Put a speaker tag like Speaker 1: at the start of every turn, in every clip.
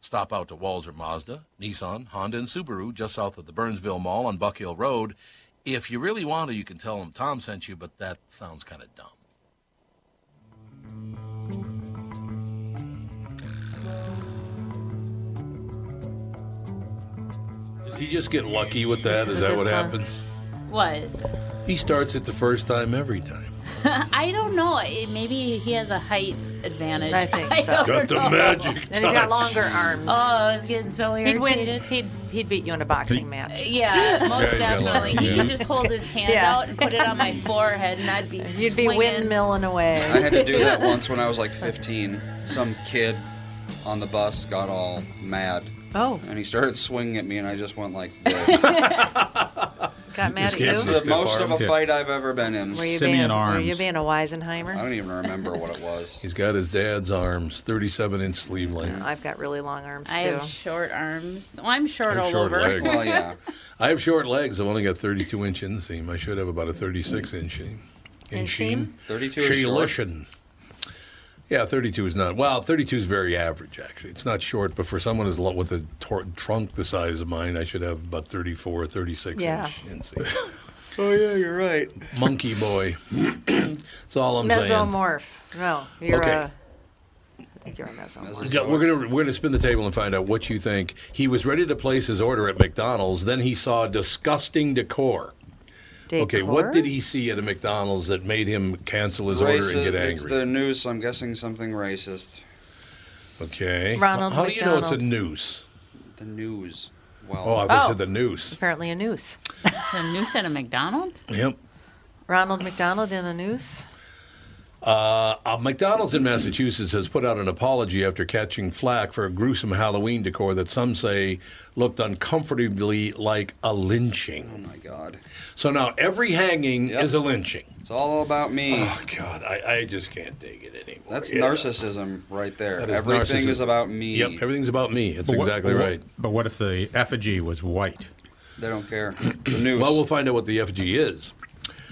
Speaker 1: Stop out to Walzer Mazda, Nissan, Honda, and Subaru just south of the Burnsville Mall on Buck Hill Road. If you really want to, you can tell them Tom sent you, but that sounds kind of dumb.
Speaker 2: Does he just get lucky with that?
Speaker 3: This is
Speaker 2: Is
Speaker 3: a
Speaker 2: that
Speaker 3: good
Speaker 2: what
Speaker 3: song.
Speaker 2: happens?
Speaker 4: What?
Speaker 2: He starts it the first time every time.
Speaker 4: I don't know. It- Maybe he has a height advantage.
Speaker 3: I think so.
Speaker 4: don't
Speaker 2: Got the
Speaker 4: know.
Speaker 2: magic.
Speaker 3: And he's got
Speaker 2: touch.
Speaker 3: longer arms.
Speaker 4: Oh, I was getting so
Speaker 3: he'd win.
Speaker 4: irritated. Uh,
Speaker 3: He'd, he'd beat you in a boxing match.
Speaker 4: Yeah, most
Speaker 2: he's got
Speaker 4: definitely.
Speaker 2: long
Speaker 4: He
Speaker 2: hair.
Speaker 4: could just hold his hand
Speaker 3: Yeah.
Speaker 4: out and put it on my forehead, and I'd be
Speaker 3: You'd be
Speaker 4: swinging.
Speaker 3: windmilling
Speaker 5: I
Speaker 3: away.
Speaker 5: had to do that once when I was like 15. Some kid on the bus got all mad
Speaker 3: Oh,
Speaker 5: and he started swinging at me, and I just went like this.
Speaker 3: got mad
Speaker 2: can't
Speaker 3: at you?
Speaker 5: This
Speaker 2: see
Speaker 5: is the
Speaker 2: Stiff
Speaker 5: most of
Speaker 2: arm.
Speaker 5: a fight I've ever been in.
Speaker 3: Were you, being,
Speaker 6: Simian
Speaker 3: were you
Speaker 6: arms.
Speaker 3: being a
Speaker 5: I
Speaker 3: Weisenheimer?
Speaker 5: don't even remember what it was.
Speaker 2: He's got his dad's arms, 37 inch sleeve length.
Speaker 3: I've got really long arms,
Speaker 4: I
Speaker 3: too.
Speaker 4: have short arms. Well, I'm short
Speaker 2: I have
Speaker 4: all
Speaker 2: short
Speaker 4: over.
Speaker 2: legs.
Speaker 5: Well, yeah.
Speaker 2: I have short legs. I've only got 32 inch inseam. I should have about a 36 inch inseam.
Speaker 3: Inseam?
Speaker 5: 32 is short.
Speaker 2: Shalishan. Yeah, 32 is not. Well, 32 is very average, actually. It's not short, but for someone as lo- with a tor- trunk the size of mine, I should have about 34, 36
Speaker 3: Yeah.
Speaker 2: inch inseam. oh, yeah, you're right. Monkey boy. That's all I'm saying.
Speaker 3: Mesomorph. No, you're
Speaker 2: Okay.
Speaker 3: a. I think you're a mesomorph.
Speaker 2: Yeah, we're gonna we're gonna spin the table and find out what you think. He was ready to place his order at McDonald's, then he saw disgusting decor. Okay, what
Speaker 3: Decor?
Speaker 2: did he see at a McDonald's that made him cancel his order and get
Speaker 5: Racist- It's
Speaker 2: angry?
Speaker 5: the news. so I'm guessing something racist.
Speaker 2: Okay,
Speaker 3: Ronald
Speaker 2: how do you know it's a
Speaker 3: McDonald.
Speaker 2: noose?
Speaker 5: The news. Well,
Speaker 2: Oh, I thought
Speaker 3: Oh.
Speaker 2: you said the noose.
Speaker 3: Apparently a noose.
Speaker 4: A noose at a McDonald's?
Speaker 2: Yep.
Speaker 3: Ronald McDonald in a noose?
Speaker 2: Uh, McDonald's in Massachusetts has put out an apology after catching flack for a gruesome Halloween decor that some say looked uncomfortably like a
Speaker 5: oh
Speaker 2: lynching.
Speaker 5: my God.
Speaker 2: So now every hanging
Speaker 5: Yep.
Speaker 2: is a lynching.
Speaker 5: It's all about me.
Speaker 2: Oh God, I, I just can't take it anymore.
Speaker 5: That's
Speaker 2: Yeah.
Speaker 5: narcissism right there.
Speaker 2: That is
Speaker 5: Everything
Speaker 2: narcissism.
Speaker 5: is about me.
Speaker 2: Yep, everything's about me. That's
Speaker 6: But what-
Speaker 2: exactly
Speaker 6: but what-
Speaker 2: right.
Speaker 6: But what if the effigy was white?
Speaker 5: They don't care. The news.
Speaker 2: Well, we'll find out what the effigy is.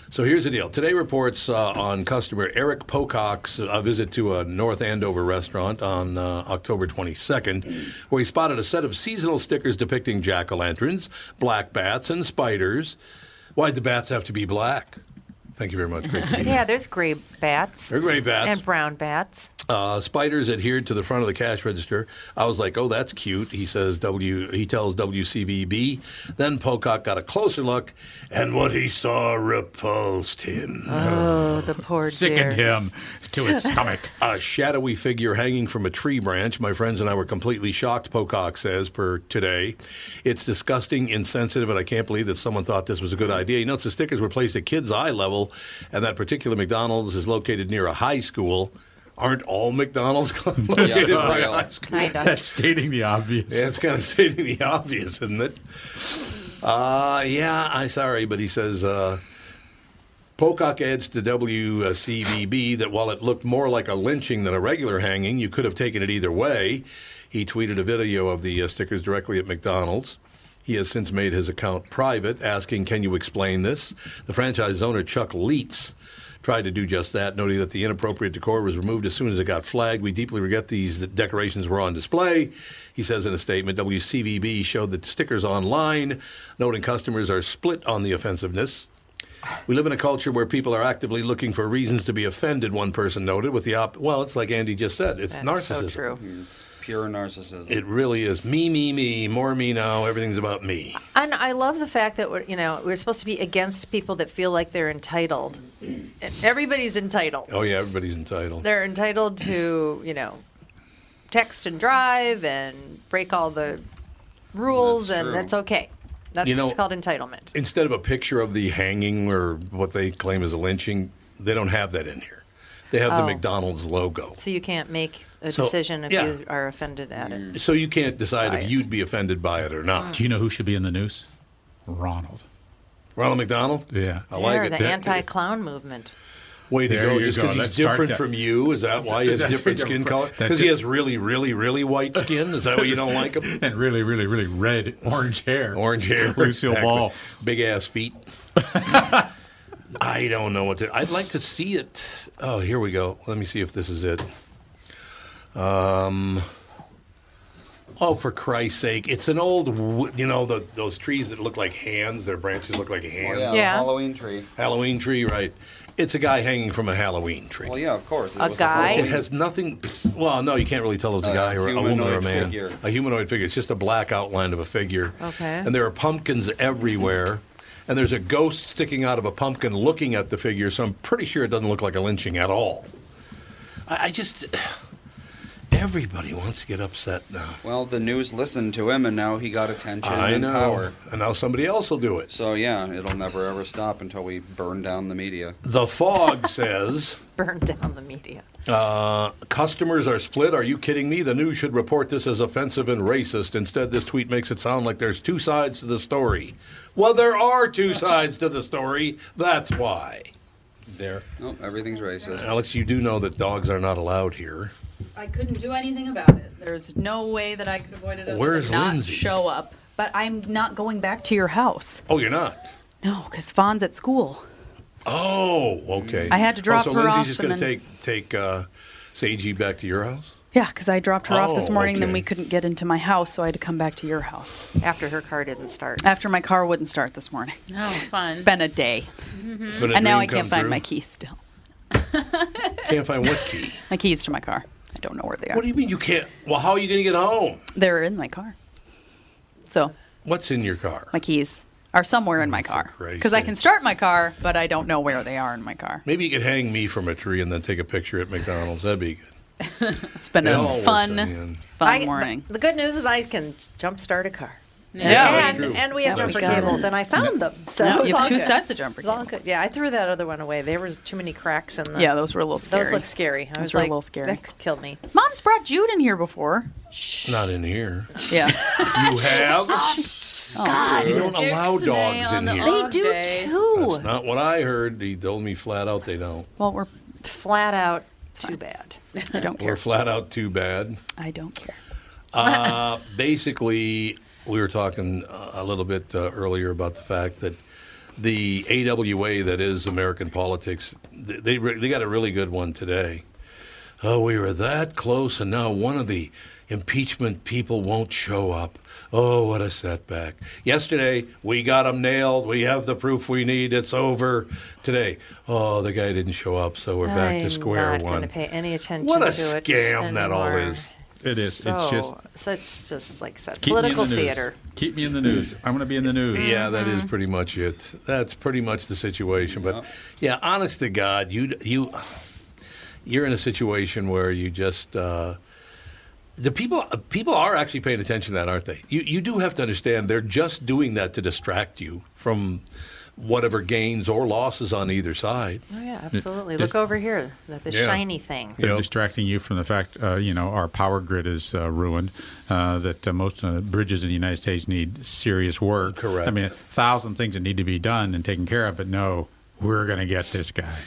Speaker 2: So here's the deal. Today reports uh, on customer Eric Pocock's uh, visit to a North Andover restaurant on uh, October 22nd, where he spotted a set of seasonal stickers depicting jack o' lanterns, black bats, and spiders. Why'd the bats have to be black? Thank you very much. Great to be
Speaker 3: Yeah, there's gray bats.
Speaker 2: They're gray bats.
Speaker 3: And brown bats.
Speaker 2: Uh, spiders adhered to the front of the cash register. I was like, "Oh, that's cute," he says. W he tells WCVB. Then Pocock got a closer look, and what he saw repulsed him.
Speaker 3: Oh, the poor dear.
Speaker 6: Sickened him to his stomach.
Speaker 2: A shadowy figure hanging from a tree branch. My friends and I were completely shocked, Pocock says, per today. It's disgusting, insensitive, and I can't believe that someone thought this was a good idea. He notes the stickers were placed at kids' eye level, and that particular McDonald's is located near a high school. Aren't all McDonald's located
Speaker 5: Yeah,
Speaker 2: by a
Speaker 5: yeah.
Speaker 2: high school?
Speaker 3: Kind of.
Speaker 6: That's stating the obvious.
Speaker 2: Yeah, it's kind of stating the obvious, isn't it? Uh, yeah, I'm sorry, but he says uh, Pocock adds to WCVB that while it looked more like a lynching than a regular hanging, you could have taken it either way. He tweeted a video of the uh, stickers directly at McDonald's. He has since made his account private, asking, Can you explain this? The franchise owner, Chuck Leitz, tried to do just that, noting that the inappropriate decor was removed as soon as it got flagged. We deeply regret these decorations were on display. He says in a statement, WCVB showed the stickers online, noting customers are split on the offensiveness. We live in a culture where people are actively looking for reasons to be offended, one person noted, with the op. Well, it's like Andy just said, it's
Speaker 3: That's
Speaker 2: narcissism.
Speaker 3: so true.
Speaker 5: It's pure narcissism.
Speaker 2: It really is me, me, me, more me now, everything's about me.
Speaker 3: And I love the fact that we're, you know, we're supposed to be against people that feel like they're entitled. Everybody's entitled.
Speaker 2: Oh, yeah, everybody's entitled.
Speaker 3: They're entitled to, you know, text and drive and break all the rules,
Speaker 5: That's
Speaker 3: and
Speaker 5: true.
Speaker 3: that's okay. That's
Speaker 2: You know-
Speaker 3: called entitlement.
Speaker 2: Instead of a picture of the hanging or what they claim is a lynching, they don't have that in here. They have the
Speaker 3: Oh.
Speaker 2: McDonald's logo.
Speaker 3: So you can't make a
Speaker 2: So,
Speaker 3: decision if
Speaker 2: yeah.
Speaker 3: you are offended at it.
Speaker 2: So you can't decide if
Speaker 3: Right.
Speaker 2: you'd be offended by it or not.
Speaker 6: Do you know who should be in the news? Ronald.
Speaker 2: Ronald McDonald?
Speaker 6: Yeah.
Speaker 2: I like
Speaker 3: yeah,
Speaker 2: it.
Speaker 3: the anti-clown movement.
Speaker 2: Way to
Speaker 6: There
Speaker 2: go.
Speaker 6: you
Speaker 2: Just
Speaker 6: go.
Speaker 2: because he's
Speaker 6: Let's start
Speaker 2: different
Speaker 6: that.
Speaker 2: from you, is that why he has
Speaker 6: That's
Speaker 2: different skin
Speaker 6: different.
Speaker 2: color?
Speaker 6: That
Speaker 2: Because he
Speaker 6: di-
Speaker 2: has really, really, really white skin? Is that why you don't like him?
Speaker 6: And really, really, really red, orange hair.
Speaker 2: Orange hair.
Speaker 6: Lucille
Speaker 2: exactly.
Speaker 6: Ball.
Speaker 2: Big ass feet. I don't know what to. I'd like to see it. Oh, here we go. Let me see if this is it. Um. Oh, for Christ's sake! It's an old, w- you know, the, those trees that look like hands. Their branches look like a hand.
Speaker 5: Well, yeah, the
Speaker 3: Yeah.
Speaker 5: Halloween tree.
Speaker 2: Halloween tree, right? It's a guy hanging from a Halloween tree.
Speaker 5: Well, yeah, of course. It
Speaker 3: A
Speaker 5: was
Speaker 3: guy?
Speaker 2: It
Speaker 5: Halloween-
Speaker 2: has nothing. Well, no, you can't really tell it's a
Speaker 5: A
Speaker 2: guy or a woman or a
Speaker 5: humanoid
Speaker 2: man.
Speaker 5: figure.
Speaker 2: A humanoid figure. It's just a black outline of a figure.
Speaker 3: Okay.
Speaker 2: And there are pumpkins everywhere. And there's a ghost sticking out of a pumpkin looking at the figure, so I'm pretty sure it doesn't look like a lynching at all. I, I just. Everybody wants to get upset now.
Speaker 5: Well, the news listened to him, and now he got attention
Speaker 2: I
Speaker 5: and
Speaker 2: know.
Speaker 5: power.
Speaker 2: And now somebody else will do it.
Speaker 5: So yeah, it'll never ever stop until we burn down the media.
Speaker 2: The fog says.
Speaker 3: Burn down the media.
Speaker 2: Uh, Customers are split. Are you kidding me? The news should report this as offensive and racist. Instead, this tweet makes it sound like there's two sides to the story. Well, there are two sides to the story. That's why. There.
Speaker 5: Nope, Oh, everything's racist.
Speaker 2: Alex, you do know that dogs are not allowed here.
Speaker 7: I couldn't do anything about it. There's no way that I could avoid it. other
Speaker 2: Where's
Speaker 7: than not
Speaker 2: Lindsay?
Speaker 7: Show up, but I'm not going back to your house.
Speaker 2: Oh, you're not?
Speaker 7: No, because Fawn's at school.
Speaker 2: Oh, okay.
Speaker 7: I had to drop
Speaker 2: oh, so
Speaker 7: her
Speaker 2: Lindsay's
Speaker 7: off
Speaker 2: just
Speaker 7: and
Speaker 2: going to
Speaker 7: then-
Speaker 2: take, take uh, Seiji back to your house?
Speaker 7: Yeah, because I dropped her off this
Speaker 2: Oh,
Speaker 7: morning. Then
Speaker 2: okay.
Speaker 7: we couldn't get into my house, so I had to come back to your house
Speaker 3: After her car didn't start.
Speaker 7: after my car wouldn't start this morning.
Speaker 8: Oh, fun.
Speaker 7: It's been a day,
Speaker 2: It's been a
Speaker 7: and now
Speaker 2: dream
Speaker 7: I can't
Speaker 2: come
Speaker 7: find
Speaker 2: true.
Speaker 7: my key still.
Speaker 2: Can't find what key?
Speaker 7: My keys to my car. I don't know where they are.
Speaker 2: What do you mean you can't? Well, how are you going to get home?
Speaker 7: They're in my car. So
Speaker 2: What's in your car?
Speaker 7: my keys are somewhere in my car
Speaker 2: Oh, Christ's
Speaker 7: because I
Speaker 2: sake.
Speaker 7: can start my car, but I don't know where they are in my car.
Speaker 2: Maybe you could hang me from a tree and then take a picture at McDonald's. That'd be good.
Speaker 7: It's been
Speaker 2: It
Speaker 7: a
Speaker 2: all works in
Speaker 7: fun,
Speaker 2: the end.
Speaker 7: fun
Speaker 3: I-
Speaker 7: morning.
Speaker 3: The good news is I can jump start a car.
Speaker 2: Yeah, that's
Speaker 3: and,
Speaker 2: true.
Speaker 3: and we have
Speaker 2: That's
Speaker 3: jumper
Speaker 2: true.
Speaker 3: cables, and I found them. So
Speaker 7: Yeah,
Speaker 3: it was
Speaker 7: you have
Speaker 3: all
Speaker 7: two
Speaker 3: good.
Speaker 7: sets of jumper
Speaker 3: It was all
Speaker 7: cables.
Speaker 3: good. Yeah, I threw that other one away. There was too many cracks in the.
Speaker 7: Yeah, those were a little scary.
Speaker 3: Those look scary. I
Speaker 7: Those
Speaker 3: was
Speaker 7: were a
Speaker 3: like,
Speaker 7: little scary.
Speaker 3: That could kill me.
Speaker 7: Mom's brought Jude in here before.
Speaker 2: Not in here.
Speaker 7: Yeah.
Speaker 2: You have? you don't allow dogs in here.
Speaker 3: They do too.
Speaker 2: That's not what I heard. He told me flat out they don't.
Speaker 7: Oh, well, we're.
Speaker 3: Flat out, too bad.
Speaker 7: I don't care.
Speaker 2: We're flat out too bad.
Speaker 7: I don't care.
Speaker 2: Uh, basically, we were talking uh, a little bit uh, earlier about the fact that the AWA that is American politics. th- They re- they got a really good one today. Oh, we were that close, and now one of the impeachment people won't show up. Oh, what a setback. Yesterday, we got him nailed. We have the proof we need. It's over. Today, oh, the guy didn't show up, so we're back to
Speaker 3: I'm
Speaker 2: square
Speaker 3: not
Speaker 2: one.
Speaker 3: Gonna pay any attention
Speaker 2: What a
Speaker 3: to it
Speaker 2: scam that all
Speaker 3: anymore.
Speaker 2: is.
Speaker 6: It is.
Speaker 3: So,
Speaker 6: it's just
Speaker 3: such just like such
Speaker 6: keep me in the
Speaker 3: political
Speaker 6: news.
Speaker 3: theater. Mm-hmm.
Speaker 6: Keep me in the news. I'm going to be in the news.
Speaker 2: Yeah, that is pretty much it. That's pretty much the situation. But yeah, honest to God, you you you're in a situation where you just uh, the people people are actually paying attention to that, aren't they? You you do have to understand they're just doing that to distract you from whatever gains or losses on either side.
Speaker 3: Oh yeah, absolutely.
Speaker 6: just-
Speaker 3: Look over here, the, the
Speaker 2: Yeah.
Speaker 3: shiny thing.
Speaker 2: Yeah.
Speaker 6: They're distracting you from the fact, uh, you know, our power grid is uh, ruined. Uh, that uh, most uh, bridges in the United States need serious work.
Speaker 2: Correct.
Speaker 6: I mean, a thousand things that need to be done and taken care of. But no, we're going to get this guy.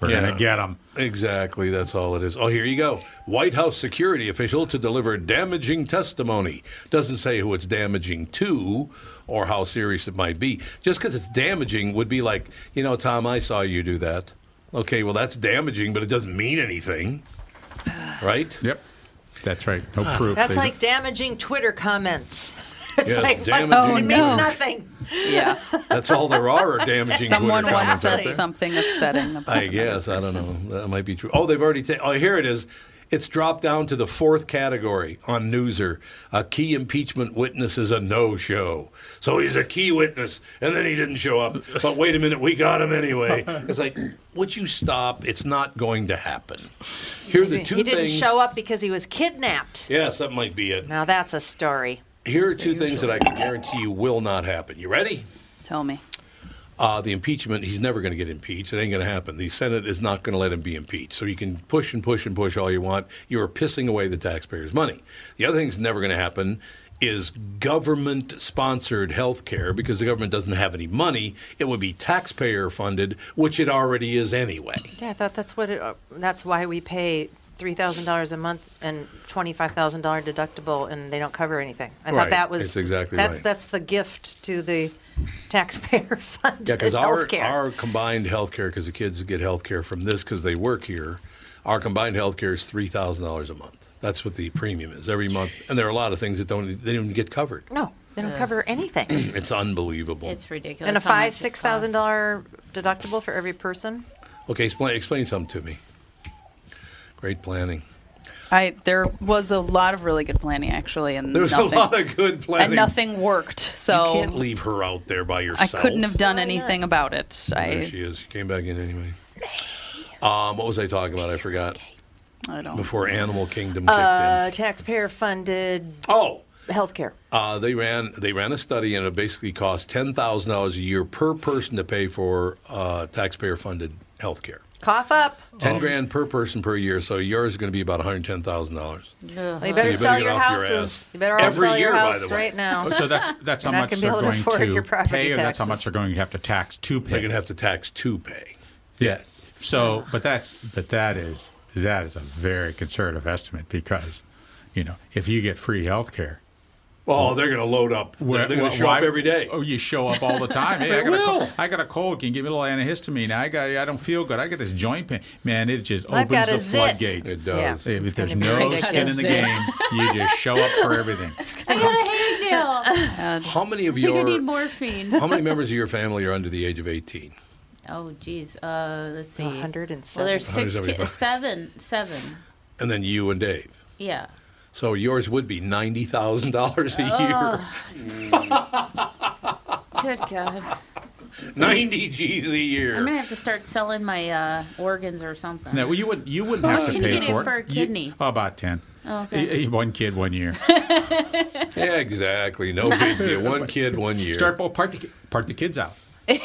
Speaker 6: We're going
Speaker 2: Yeah.
Speaker 6: to get him.
Speaker 2: Exactly, that's all it is. Oh, here you go. White House security official to deliver damaging testimony. Doesn't say who it's damaging to or how serious it might be. Just because it's damaging would be like, you know, Tom, I saw you do that. Okay, well, that's damaging, but it doesn't mean anything. Right? Ah.
Speaker 6: Yep. That's right. No proof.
Speaker 3: That's
Speaker 6: They-
Speaker 3: like damaging Twitter comments. It's
Speaker 2: Yes,
Speaker 3: like what-
Speaker 2: damaging
Speaker 3: it
Speaker 4: Twitter.
Speaker 3: means nothing.
Speaker 7: Oh, Yeah.
Speaker 2: That's all there are, are damaging
Speaker 7: Someone
Speaker 2: Twitter
Speaker 7: once
Speaker 2: comments out
Speaker 7: said
Speaker 2: there.
Speaker 7: something upsetting about
Speaker 2: I guess. I don't know. That might be true. Oh, they've already taken. Oh, here it is. It's dropped down to the fourth category on Newser. A key impeachment witness is a no show. So he's a key witness, and then he didn't show up. But wait a minute, we got him anyway. It's like, would you stop? It's not going to happen. Here are the two
Speaker 3: he
Speaker 2: things.
Speaker 3: didn't show up because he was kidnapped.
Speaker 2: Yes, that might be it.
Speaker 3: Now that's a story.
Speaker 2: Here are two things that I can guarantee you will not happen. You ready?
Speaker 7: Tell me.
Speaker 2: uh, the impeachment, he's never going to get impeached. It ain't going to happen. The Senate is not going to let him be impeached. So you can push and push and push all you want. You are pissing away the taxpayers' money. The other thing's never going to happen is government sponsored health care because the government doesn't have any money. It would be taxpayer funded, which it already is anyway.
Speaker 3: Yeah, I thought that's what it. uh, That's why we pay three thousand dollars a month and twenty five thousand dollar deductible, and they don't cover anything. I
Speaker 2: Right.
Speaker 3: thought that was
Speaker 2: That's exactly
Speaker 3: that's,
Speaker 2: right.
Speaker 3: That's the gift to the taxpayer fund.
Speaker 2: Yeah, because our, our combined health care, because the kids get health care from this because they work here, our combined health care is $3,000 a month. That's what the premium is every month. And there are a lot of things that don't, they don't even get covered.
Speaker 3: no, they don't cover anything.
Speaker 2: It's unbelievable.
Speaker 4: It's ridiculous.
Speaker 3: and a
Speaker 4: how much
Speaker 3: five
Speaker 4: it
Speaker 3: six
Speaker 4: costs.
Speaker 3: thousand dollar deductible for every person.
Speaker 2: okay, explain, explain something to me. Great planning.
Speaker 7: I there was a lot of really good planning actually, and
Speaker 2: There's
Speaker 7: nothing,
Speaker 2: a lot of good planning.
Speaker 7: and nothing worked.
Speaker 2: You
Speaker 7: So
Speaker 2: can't leave her out there by
Speaker 7: I
Speaker 2: yourself.
Speaker 7: couldn't have done anything about it.
Speaker 2: There
Speaker 7: I
Speaker 2: she is. She came back in anyway. Um, what was I talking about? I forgot.
Speaker 7: I don't.
Speaker 2: Before Animal Kingdom kicked
Speaker 3: Uh,
Speaker 2: in.
Speaker 3: taxpayer funded
Speaker 2: Oh,
Speaker 3: healthcare.
Speaker 2: Uh, they ran they ran a study and it basically cost ten thousand dollars a year per person to pay for uh, taxpayer funded health care.
Speaker 3: Cough up.
Speaker 2: Ten grand per person per year, so yours is going to be about one hundred ten thousand dollars.
Speaker 3: Well, you better
Speaker 2: you better
Speaker 3: sell
Speaker 2: get
Speaker 3: your
Speaker 2: off your
Speaker 3: houses.
Speaker 2: ass.
Speaker 3: you better all
Speaker 2: Every
Speaker 3: sell
Speaker 2: year,
Speaker 3: your
Speaker 2: by
Speaker 3: house
Speaker 2: the way.
Speaker 3: right now.
Speaker 6: So that's that's how
Speaker 3: You're not
Speaker 6: much
Speaker 3: gonna be
Speaker 6: they're
Speaker 3: able to
Speaker 6: going
Speaker 3: afford your
Speaker 6: to
Speaker 3: property
Speaker 6: pay, or that's how
Speaker 3: taxes.
Speaker 6: much they're going to have to tax to
Speaker 2: They're
Speaker 6: pay.
Speaker 2: going to have to tax to pay.
Speaker 6: Yes. So, but that's but that is that is a very conservative estimate because, you know, if you get free health care,
Speaker 2: Well, they're going to load up. They're- they're going to show up every day.
Speaker 6: Oh, you show up all the time. Hey,
Speaker 2: They
Speaker 6: I got a
Speaker 2: will.
Speaker 6: cold. I got a cold. Can you give me a little antihistamine? I got. I don't feel good. I got this joint pain. Man, it just
Speaker 3: I've
Speaker 6: opens
Speaker 3: got a
Speaker 6: the
Speaker 3: zit.
Speaker 6: floodgates.
Speaker 2: It does.
Speaker 6: If
Speaker 3: It's
Speaker 6: there's
Speaker 3: gonna be
Speaker 6: no
Speaker 3: ridiculous.
Speaker 6: skin in the game, you just show up for everything.
Speaker 4: I got a hangnail.
Speaker 2: How many of
Speaker 4: I think I
Speaker 2: your
Speaker 4: need morphine.
Speaker 2: how many members of your family are under the age of eighteen?
Speaker 4: Oh, geez. Uh, let's see.
Speaker 3: 107.
Speaker 4: Well, there's six
Speaker 2: $175.
Speaker 4: kids. Seven. Seven.
Speaker 2: And then you and Dave.
Speaker 4: Yeah.
Speaker 2: So yours would be ninety thousand dollars a year.
Speaker 4: Good God.
Speaker 3: Oh.
Speaker 2: Ninety G's a year.
Speaker 4: I'm going to have to start selling my uh, organs or something.
Speaker 6: No, well, you wouldn't. You wouldn't have to
Speaker 4: can
Speaker 6: pay
Speaker 4: get it
Speaker 6: for
Speaker 4: for a
Speaker 6: You-
Speaker 4: kidney.
Speaker 6: oh, about ten.
Speaker 4: okay.
Speaker 6: E- e- One kid, one year.
Speaker 2: Yeah, exactly. No big deal. One kid, one year.
Speaker 6: Start. Well, part the ki- part the kids out. Boom.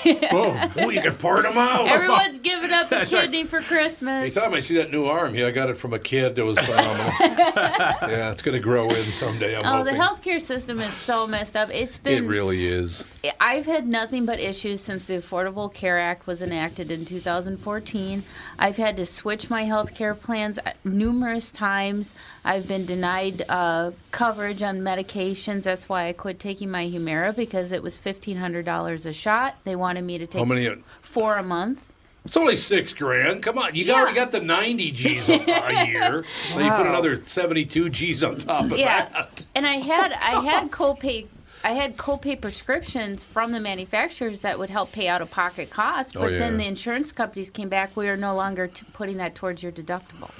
Speaker 2: Oh, you can part them out.
Speaker 4: Everyone's giving up a
Speaker 6: That's right.
Speaker 4: kidney for Christmas.
Speaker 2: Anytime I see that new arm, yeah, I got it from a kid. It was phenomenal. yeah, it's going to grow in someday. I'm
Speaker 4: Oh, the
Speaker 2: hoping.
Speaker 4: healthcare system is so messed up. It's
Speaker 2: It
Speaker 4: been
Speaker 2: really is.
Speaker 4: I've had nothing but issues since the Affordable Care Act was enacted in 2014. I've had to switch my health care plans uh, numerous times. I've been denied uh, coverage on medications. That's why I quit taking my Humira because it was $1,500 a shot. They wanted me to take
Speaker 2: How many? uh,
Speaker 4: four a month.
Speaker 2: It's only six grand. Come on, you
Speaker 4: Yeah.
Speaker 2: already got the ninety G's a, a year. Now you put
Speaker 3: Wow.
Speaker 2: another seventy-two G's on top of
Speaker 4: yeah
Speaker 2: that.
Speaker 4: and i had i had copay i had copay prescriptions from the manufacturers that would help pay out of pocket costs
Speaker 2: Oh,
Speaker 4: but then
Speaker 2: yeah.
Speaker 4: the insurance companies came back we are no longer t- putting that towards your deductible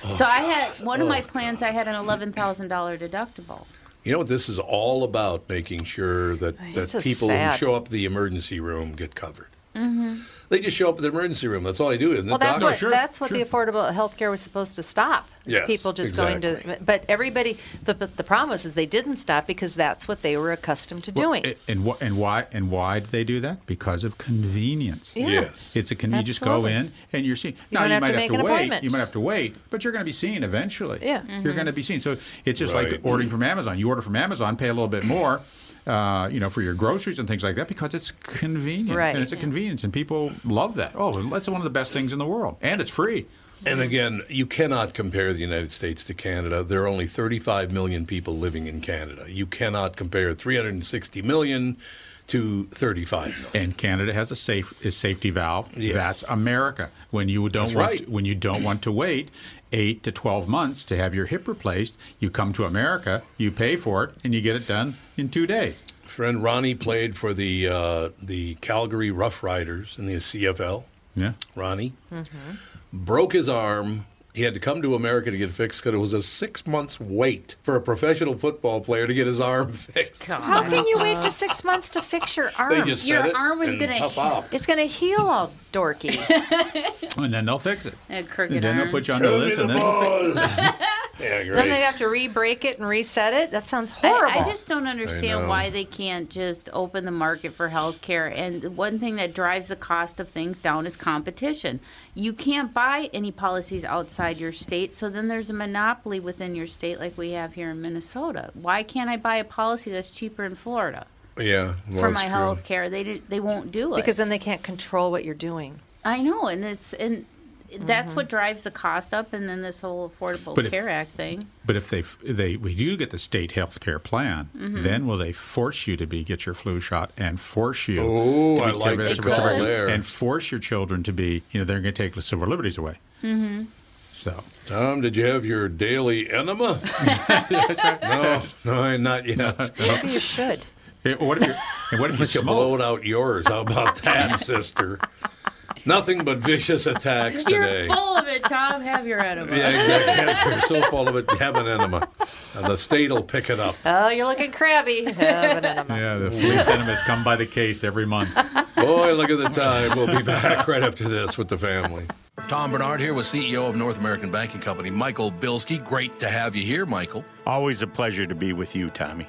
Speaker 4: so i
Speaker 2: Oh,
Speaker 4: had one of my plans i had an $11000 deductible
Speaker 2: You know what this is all about? Making sure that
Speaker 3: This
Speaker 2: that
Speaker 3: is
Speaker 2: people who
Speaker 3: sad.
Speaker 2: show up at the emergency room get covered. They just show up at the emergency room. That's all they do, isn't
Speaker 3: Mm-hmm. Well,
Speaker 2: it?
Speaker 3: that's
Speaker 2: doctor?
Speaker 3: what
Speaker 6: sure,
Speaker 3: that's what
Speaker 6: sure.
Speaker 3: the affordable health care was supposed to stop. is
Speaker 2: Yes,
Speaker 3: people just going
Speaker 2: exactly.
Speaker 3: to. But everybody, the, but the problem was is they didn't stop because that's what they were accustomed to doing.
Speaker 6: And, wh- and why and why do they do that? Because of convenience.
Speaker 3: Yeah.
Speaker 2: Yes.
Speaker 6: It's a con- you just go
Speaker 3: Absolutely.
Speaker 6: in and you're seen.
Speaker 3: You
Speaker 6: now
Speaker 3: don't
Speaker 6: you
Speaker 3: have to
Speaker 6: might
Speaker 3: make
Speaker 6: have to
Speaker 3: an
Speaker 6: wait.
Speaker 3: appointment.
Speaker 6: You might have to wait, but you're going to be seen eventually.
Speaker 3: Yeah.
Speaker 6: you're going to be seen. So it's just
Speaker 2: Right.
Speaker 6: like ordering from Amazon. You order from Amazon, pay a little bit more, uh, you know, for your groceries and things like that because it's convenient.
Speaker 3: Right.
Speaker 6: And it's a convenience, and people love that. Oh, that's one of the best things in the world, and it's free.
Speaker 2: And again, you cannot compare the United States to Canada. There are only 35 million people living in Canada. You cannot compare 360 million to 35 million.
Speaker 6: And Canada has a safe is safety valve.
Speaker 2: Yes.
Speaker 6: That's America. When you don't
Speaker 2: That's
Speaker 6: want
Speaker 2: right.
Speaker 6: to, when you don't want to wait eight to twelve months to have your hip replaced, you come to America, you pay for it, and you get it done in two days.
Speaker 2: Friend Ronnie played for the uh, the Calgary Rough Riders in the CFL.
Speaker 6: Yeah.
Speaker 2: Ronnie
Speaker 9: Mm-hmm.
Speaker 2: broke his arm. He had to come to America to get fixed because it was a six months wait for a professional football player to get his arm fixed.
Speaker 3: How can
Speaker 4: uh,
Speaker 3: you wait for six months to fix your arm?
Speaker 2: They just
Speaker 4: Your
Speaker 2: said it
Speaker 4: arm was
Speaker 2: and
Speaker 4: gonna
Speaker 2: tough
Speaker 4: heal.
Speaker 2: op.
Speaker 3: it's going to heal all dorky.
Speaker 6: And then they'll fix it.
Speaker 4: A crooked
Speaker 6: and then
Speaker 4: arm.
Speaker 6: they'll put you on the
Speaker 2: Give me
Speaker 6: list.
Speaker 2: the
Speaker 6: And then
Speaker 2: ball. yeah, great.
Speaker 3: Then they'd have to re-break it and reset it. That sounds horrible.
Speaker 4: I, I just don't
Speaker 2: know.
Speaker 4: understand why they can't just open the market for healthcare. And one thing that drives the cost of things down is competition. You can't buy any policies outside your state, so then there's a monopoly within your state, like we have here in Minnesota. Why can't I buy a policy that's cheaper in Florida
Speaker 2: yeah, well,
Speaker 4: for
Speaker 2: it's
Speaker 4: my
Speaker 2: true.
Speaker 4: health care? They did, they won't do it
Speaker 3: because then they can't control what you're doing.
Speaker 4: I know, and it's and.
Speaker 3: Mm-hmm.
Speaker 4: That's what drives the cost up, and then this whole Affordable
Speaker 6: But if-
Speaker 4: Care Act thing.
Speaker 6: But if they f- they we do get the state health care plan,
Speaker 3: Mm-hmm.
Speaker 6: then will they force you to be get your flu shot and force you
Speaker 2: Oh,
Speaker 6: to be
Speaker 2: I like
Speaker 6: to-
Speaker 2: the
Speaker 6: to-
Speaker 2: call
Speaker 6: to-
Speaker 2: there.
Speaker 6: and force your children to be you know they're going to take the civil liberties away. Mm-hmm. So
Speaker 2: Tom, did you have your daily enema? no, no, not yet.
Speaker 6: uh,
Speaker 3: Maybe you should.
Speaker 6: Hey, what if you and what if you
Speaker 2: You blow
Speaker 6: smoke?
Speaker 2: it out yours. How about that, sister? Nothing but vicious attacks today.
Speaker 4: You're full of it, Tom. Have your enema.
Speaker 2: Yeah, exactly. You're so full of it. Have an enema. And the state will pick it up.
Speaker 3: Oh, you're looking crabby. Oh, but no, no, no.
Speaker 6: Yeah, the flu enemas come by the case every month.
Speaker 2: Boy, look at the time. We'll be back right after this with the family.
Speaker 1: Tom Bernard here with CEO of North American Banking Company, Michael Bilski. Great to have you here, Michael.
Speaker 10: Always a pleasure to be with you, Tommy.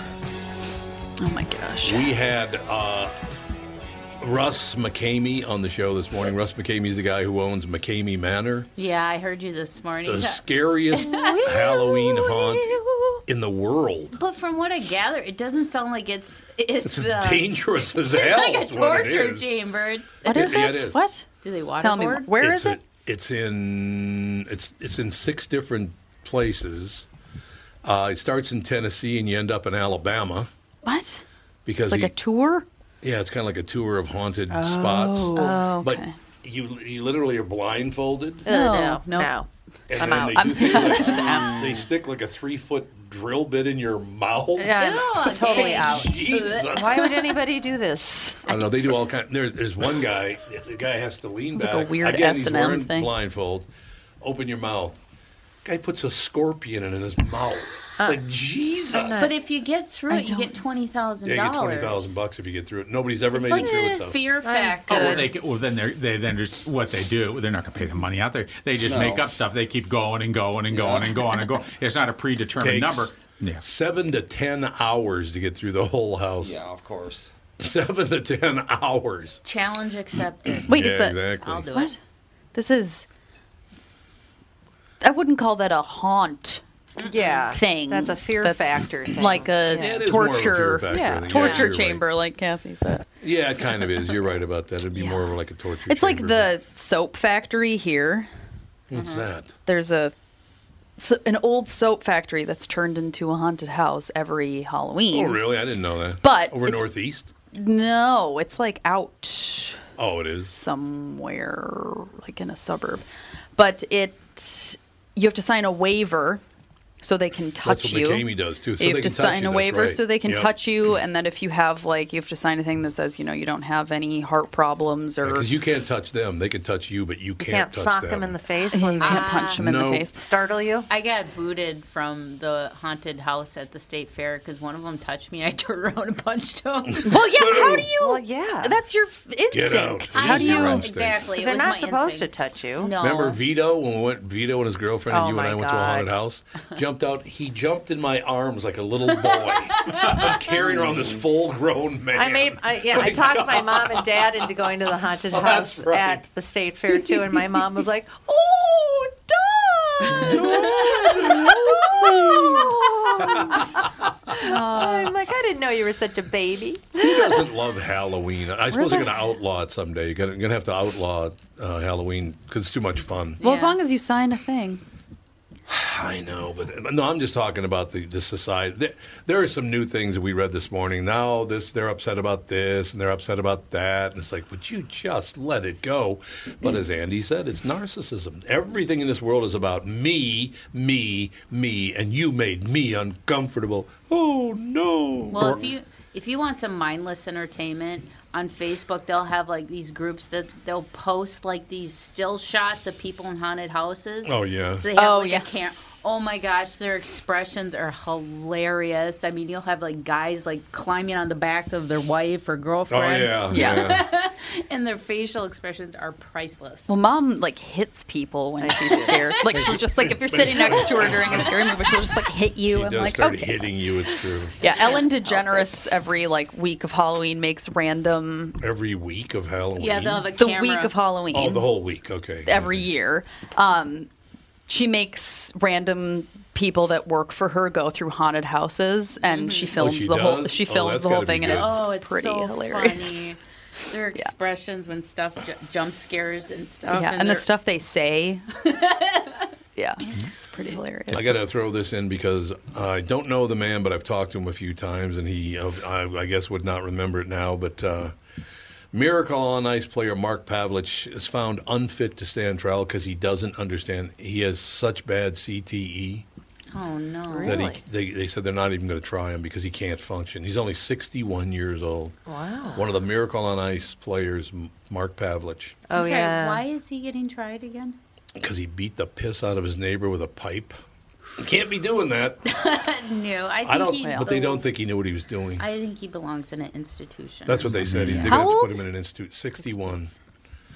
Speaker 7: Oh my gosh.
Speaker 2: We
Speaker 1: had uh,
Speaker 2: Russ McCamey on the show this morning. Russ McCamey's the guy who owns McCamey Manor,
Speaker 4: Yeah, I heard you this morning.
Speaker 2: the scariest Halloween haunt in the world.
Speaker 4: But from what I gather, it doesn't sound like it's it's,
Speaker 2: It's
Speaker 4: uh,
Speaker 2: dangerous as
Speaker 4: It's
Speaker 2: hell.
Speaker 4: like a
Speaker 2: is what it
Speaker 4: torture
Speaker 2: is.
Speaker 4: chamber. It's,
Speaker 2: What is Yeah, it? it is.
Speaker 4: What do they waterboard?
Speaker 7: Tell me more. Where
Speaker 2: it's
Speaker 7: is it?
Speaker 2: in- it's in it's it's in six different places. Uh, it starts in Tennessee and you end up in Alabama
Speaker 7: What?
Speaker 2: because
Speaker 7: Like
Speaker 2: he-
Speaker 7: a tour?
Speaker 2: yeah, it's kind of like a tour of haunted
Speaker 7: Oh.
Speaker 2: spots.
Speaker 7: Oh,
Speaker 2: But
Speaker 7: okay. Oh,
Speaker 2: you you literally are blindfolded.
Speaker 3: Uh,
Speaker 7: No, no.
Speaker 2: And
Speaker 7: I'm
Speaker 2: then
Speaker 7: out.
Speaker 2: they
Speaker 7: I'm
Speaker 2: do things like-
Speaker 7: just out.
Speaker 2: they stick like a three foot drill bit in your mouth.
Speaker 3: Yeah, I'm
Speaker 4: Ew,
Speaker 3: totally
Speaker 4: okay.
Speaker 3: out.
Speaker 2: Jesus.
Speaker 3: Why would anybody do this?
Speaker 2: I don't know. They do all kind. There, there's one guy. The guy has to lean
Speaker 7: It's like
Speaker 2: back.
Speaker 7: a weird
Speaker 2: Again, he's
Speaker 7: S&M
Speaker 2: wearing
Speaker 7: thing.
Speaker 2: blindfold. Open your mouth. Guy puts a scorpion in his mouth. It's like Jesus.
Speaker 4: But if you get through it, you get twenty thousand
Speaker 2: yeah, you get twenty
Speaker 4: dollars.
Speaker 2: thousand bucks if you get through it. Nobody's ever
Speaker 4: It's
Speaker 2: made
Speaker 4: like
Speaker 2: it through it
Speaker 4: a
Speaker 2: though.
Speaker 4: fear factor.
Speaker 6: Oh, well, they, well then they're, they then just what they do. They're not going to pay the money out there. They just
Speaker 2: No.
Speaker 6: make up stuff. They keep going and going and going and going and going. It's not a predetermined
Speaker 2: Takes
Speaker 6: number.
Speaker 2: Seven to ten hours to get through the whole house. Yeah,
Speaker 5: of course.
Speaker 2: Seven to ten hours.
Speaker 4: Challenge accepted.
Speaker 7: Wait,
Speaker 2: Yeah,
Speaker 7: it's a.
Speaker 2: exactly.
Speaker 4: I'll do
Speaker 7: What?
Speaker 4: it.
Speaker 7: This is. I wouldn't call that a haunt.
Speaker 3: Yeah,
Speaker 7: Thing.
Speaker 3: that's a fear factor thing.
Speaker 7: Like a
Speaker 3: Yeah. It
Speaker 2: is more of a fear
Speaker 7: torture.
Speaker 2: factor Yeah. thing. Yeah,
Speaker 7: Torture
Speaker 2: you're right.
Speaker 7: chamber, like Cassie said.
Speaker 2: Yeah, it kind of is. You're right about that. It'd be more of like a torture.
Speaker 7: It's like
Speaker 2: chamber.
Speaker 7: the soap factory here.
Speaker 3: Mm-hmm.
Speaker 7: Mm-hmm.
Speaker 2: What's that?
Speaker 7: There's a so, an old soap factory that's turned into a haunted house every Halloween.
Speaker 2: Oh, really? I didn't know that.
Speaker 7: But
Speaker 2: over
Speaker 7: it's-
Speaker 2: northeast.
Speaker 7: No, it's like out
Speaker 2: Oh, it is.
Speaker 7: somewhere, like in a suburb. But it, you have to sign a waiver so they can touch
Speaker 2: That's what
Speaker 7: you.
Speaker 2: McCamey does too. So
Speaker 7: you
Speaker 2: they
Speaker 7: have to
Speaker 2: can touch
Speaker 7: sign
Speaker 2: you,
Speaker 7: a
Speaker 2: that's
Speaker 7: waiver
Speaker 2: right.
Speaker 7: so they can
Speaker 2: Yep.
Speaker 7: touch you, and then if you have like, you have to sign a thing that says, you know, you don't have any heart problems or
Speaker 2: Because you can't touch them. They can touch you, but you
Speaker 7: You
Speaker 2: can't, touch
Speaker 3: sock
Speaker 2: them.
Speaker 3: them in the face.
Speaker 7: you can't punch them in
Speaker 2: No.
Speaker 7: the face.
Speaker 3: Startle you?
Speaker 4: I got booted from the haunted house at the state fair because one of them touched me. I turned around and punched him.
Speaker 7: Well, yeah. How do you?
Speaker 3: Well, yeah.
Speaker 7: That's your f- instinct.
Speaker 2: out. This
Speaker 4: How
Speaker 2: is
Speaker 4: do
Speaker 2: your
Speaker 4: you
Speaker 2: instinct.
Speaker 4: exactly? it
Speaker 3: They're
Speaker 4: was
Speaker 3: not
Speaker 4: my
Speaker 3: supposed
Speaker 4: instinct.
Speaker 3: to touch you.
Speaker 4: No.
Speaker 2: Remember Vito when we went, Vito and his girlfriend
Speaker 3: Oh
Speaker 2: and you and
Speaker 3: my
Speaker 2: I went to a
Speaker 3: God.
Speaker 2: haunted house. Jumped out. He jumped in my arms like a little boy. I'm carrying around this full-grown man.
Speaker 3: I made, I, yeah, I
Speaker 2: My
Speaker 3: talked my
Speaker 2: God.
Speaker 3: mom and dad into going to the haunted
Speaker 2: Oh, that's
Speaker 3: house
Speaker 2: right.
Speaker 3: at the state fair too, and my mom was like, "Oh, Don!" I'm like, I didn't know you were such a baby.
Speaker 2: Who doesn't love Halloween? I suppose you're
Speaker 3: the-
Speaker 2: going to outlaw it someday. You're going to have to outlaw uh, Halloween because it's too much fun.
Speaker 7: Well, as long as you sign a thing.
Speaker 2: I know, but no, I'm just talking about the, the society. There, there are some new things that we read this morning. Now this, they're upset about this and they're upset about that, and it's like, would you just let it go? But as Andy said, it's narcissism. Everything in this world is about me, me, me, and you made me uncomfortable. Oh no!
Speaker 4: Well,
Speaker 2: Or-
Speaker 4: if you if you want some mindless entertainment on Facebook, they'll have like these groups that they'll post like these still shots of people in haunted houses.
Speaker 2: Oh, yeah.
Speaker 4: So they have
Speaker 7: Oh,
Speaker 4: like
Speaker 7: yeah.
Speaker 4: a cam- Oh my gosh, their expressions are hilarious. I mean, you'll have like guys like climbing on the back of their wife or girlfriend.
Speaker 2: yeah, Oh, Yeah.
Speaker 4: and their facial expressions are priceless.
Speaker 7: Well, mom like hits people when she's scared. Like she'll just like if you're sitting next to her during a scary movie, she'll just like hit you.
Speaker 2: he
Speaker 7: I'm
Speaker 2: does
Speaker 7: like,
Speaker 2: start
Speaker 7: okay.
Speaker 2: hitting you. It's true.
Speaker 7: Yeah, Ellen DeGeneres every like week of Halloween makes random
Speaker 2: Every week of Halloween.
Speaker 4: yeah, they'll have a
Speaker 7: the
Speaker 4: camera.
Speaker 7: week of Halloween
Speaker 2: Oh, the whole week. Okay.
Speaker 7: every year. Um, she makes random people that work for her go through haunted houses, and she films
Speaker 2: Oh, she
Speaker 7: the whole
Speaker 2: does?
Speaker 7: she
Speaker 2: Oh,
Speaker 7: films
Speaker 2: that's
Speaker 7: the whole
Speaker 2: gotta be
Speaker 7: thing, and
Speaker 2: good.
Speaker 7: it's,
Speaker 4: Mm-hmm. Oh, it's
Speaker 7: pretty
Speaker 4: so
Speaker 7: hilarious.
Speaker 4: funny. Their expressions when stuff ju- jump scares and stuff.
Speaker 7: Yeah, and the
Speaker 4: they're-
Speaker 7: stuff they say. yeah, it's pretty hilarious.
Speaker 2: Mm-hmm. I got to throw this in because I don't know the man, but I've talked to him a few times, and he, uh, I, I guess, would not remember it now. But uh, Miracle on Ice player Mark Pavlich is found unfit to stand trial because he doesn't understand. He has such bad CTE
Speaker 4: Oh no.
Speaker 2: that he, they, they said they're not even going to try him because he can't function. He's only 61 years old.
Speaker 4: Wow.
Speaker 2: One of the Miracle on Ice players, M- Mark Pavlich,
Speaker 4: I'm
Speaker 3: Oh,
Speaker 4: sorry,
Speaker 3: yeah.
Speaker 4: Why is he getting tried again?
Speaker 2: because he beat the piss out of his neighbor with a pipe. You can't be doing that.
Speaker 4: no, I think
Speaker 2: I don't,
Speaker 4: he.
Speaker 2: but they don't
Speaker 4: belongs-
Speaker 2: think he knew what he was doing.
Speaker 4: I think he belongs in an institution.
Speaker 2: That's what they said. He- They're going to
Speaker 4: How
Speaker 2: have to
Speaker 4: old?
Speaker 2: put him in an institute. 61.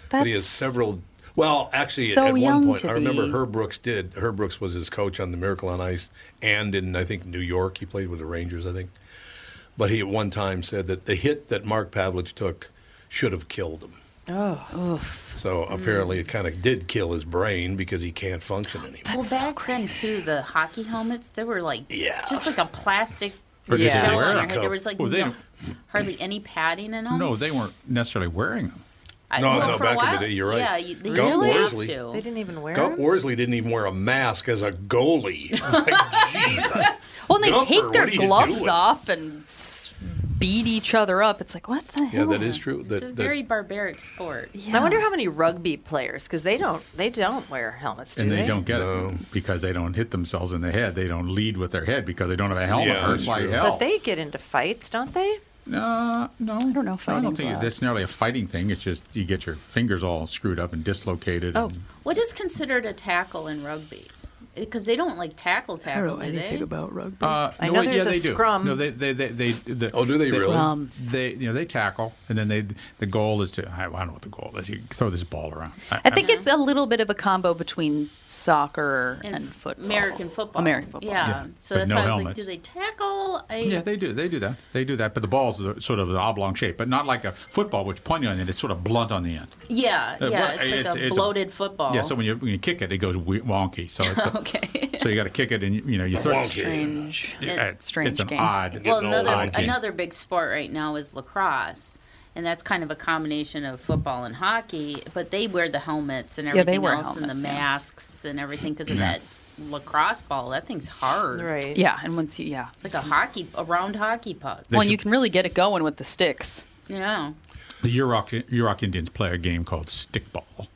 Speaker 2: But he has
Speaker 4: That's
Speaker 2: several. Well, actually,
Speaker 4: so
Speaker 2: at one
Speaker 4: young
Speaker 2: point,
Speaker 4: to
Speaker 2: I remember
Speaker 4: be-
Speaker 2: Herb Brooks did. Herb Brooks was his coach on the Miracle on Ice and in, I think, New York. He played with the Rangers, I think. But he at one time said that the hit that Mark Pavlich took should have killed him.
Speaker 3: Oh.
Speaker 2: So
Speaker 4: Hmm.
Speaker 2: apparently it kind of did kill his brain because he can't function anymore.
Speaker 4: well, back then too, the hockey helmets they were like
Speaker 2: Yeah.
Speaker 4: just like a plastic.
Speaker 6: Or did they
Speaker 4: shell
Speaker 6: wear
Speaker 4: on their
Speaker 6: them?
Speaker 4: head. There was like
Speaker 6: Well, they
Speaker 4: no- hardly any padding in them.
Speaker 6: No, they weren't necessarily wearing them.
Speaker 4: I-
Speaker 2: No,
Speaker 4: well,
Speaker 2: no,
Speaker 4: for a
Speaker 2: back in the
Speaker 4: while-
Speaker 2: day, you're right.
Speaker 4: Yeah, you, they
Speaker 2: Gump
Speaker 4: really have
Speaker 2: Worsley.
Speaker 4: to.
Speaker 3: They didn't even wear
Speaker 2: Gump
Speaker 3: them.
Speaker 2: Worsley didn't even wear a mask as a goalie.
Speaker 7: Well, and they
Speaker 2: Gumper,
Speaker 7: take their
Speaker 2: what are you
Speaker 7: gloves
Speaker 2: doing?
Speaker 7: off and s- beat each other up. It's like, what the
Speaker 2: Yeah,
Speaker 7: hell?
Speaker 2: that is true. That,
Speaker 4: It's a
Speaker 2: that-
Speaker 4: very barbaric sport.
Speaker 3: I wonder how many rugby players, because they don't they don't wear helmets, do
Speaker 6: and
Speaker 3: they?
Speaker 6: they, don't get it because they don't hit themselves in the head. They don't lead with their head because they don't have a helmet.
Speaker 2: Yeah,
Speaker 6: Yeah, hurts
Speaker 2: that's
Speaker 6: like
Speaker 2: true.
Speaker 6: hell.
Speaker 3: But they get into fights, don't they?
Speaker 6: no, no, I
Speaker 7: don't know if
Speaker 6: I don't
Speaker 7: fighting's
Speaker 6: think
Speaker 7: allowed.
Speaker 6: that's nearly a fighting thing. It's just you get your fingers all screwed up and dislocated.
Speaker 3: Oh.
Speaker 6: and-
Speaker 4: What is considered a tackle in rugby? Because they don't like tackle tackle, do they?
Speaker 7: about rugby.
Speaker 6: Uh,
Speaker 3: I
Speaker 6: no,
Speaker 3: know
Speaker 6: wait,
Speaker 3: there's
Speaker 6: yeah,
Speaker 3: a
Speaker 6: they do.
Speaker 3: scrum.
Speaker 6: No, they they they, they, the-
Speaker 2: Oh, do they really?
Speaker 7: Um,
Speaker 6: they you know they tackle and then they the goal is to I, I don't know what the goal is. You throw this ball around.
Speaker 7: I think it's a little bit of a combo between soccer and, football.
Speaker 4: American football.
Speaker 7: American football.
Speaker 4: Yeah. So
Speaker 6: But
Speaker 4: that's
Speaker 6: no
Speaker 4: why I was like,
Speaker 6: helmets.
Speaker 4: do they tackle? I,
Speaker 6: Yeah, they do. They do that. They do that. But the ball's the- sort of the oblong shape, but not like a football, which pointy on it. It's sort of blunt on the end.
Speaker 4: yeah,
Speaker 6: Uh,
Speaker 4: yeah,
Speaker 6: well,
Speaker 4: it's like
Speaker 6: it's-
Speaker 4: a
Speaker 6: it's a-
Speaker 4: bloated football.
Speaker 6: Yeah. So when you when you kick it, it goes we- wonky. So it's a,
Speaker 4: okay.
Speaker 6: so you got to kick it, and you, you know you throw.
Speaker 7: Strange.
Speaker 6: Yeah, it's-
Speaker 7: Strange
Speaker 6: It's an
Speaker 7: game.
Speaker 6: odd.
Speaker 4: well,
Speaker 2: getting old,
Speaker 4: another
Speaker 2: aren't you?
Speaker 4: another big sport right now is lacrosse, and that's kind of a combination of football and hockey. But they wear the helmets and
Speaker 7: Yeah,
Speaker 4: everything
Speaker 7: they wear
Speaker 4: else, and the
Speaker 7: helmets, yeah.
Speaker 4: masks and everything because of that lacrosse ball. That thing's hard.
Speaker 3: Right.
Speaker 7: Yeah, and once you yeah.
Speaker 4: It's like a hockey, a round hockey puck.
Speaker 6: They
Speaker 7: well, and you
Speaker 6: should-
Speaker 7: can really get it going with the sticks.
Speaker 4: You know.
Speaker 6: The Yurok, Yurok Indians play a game called stickball,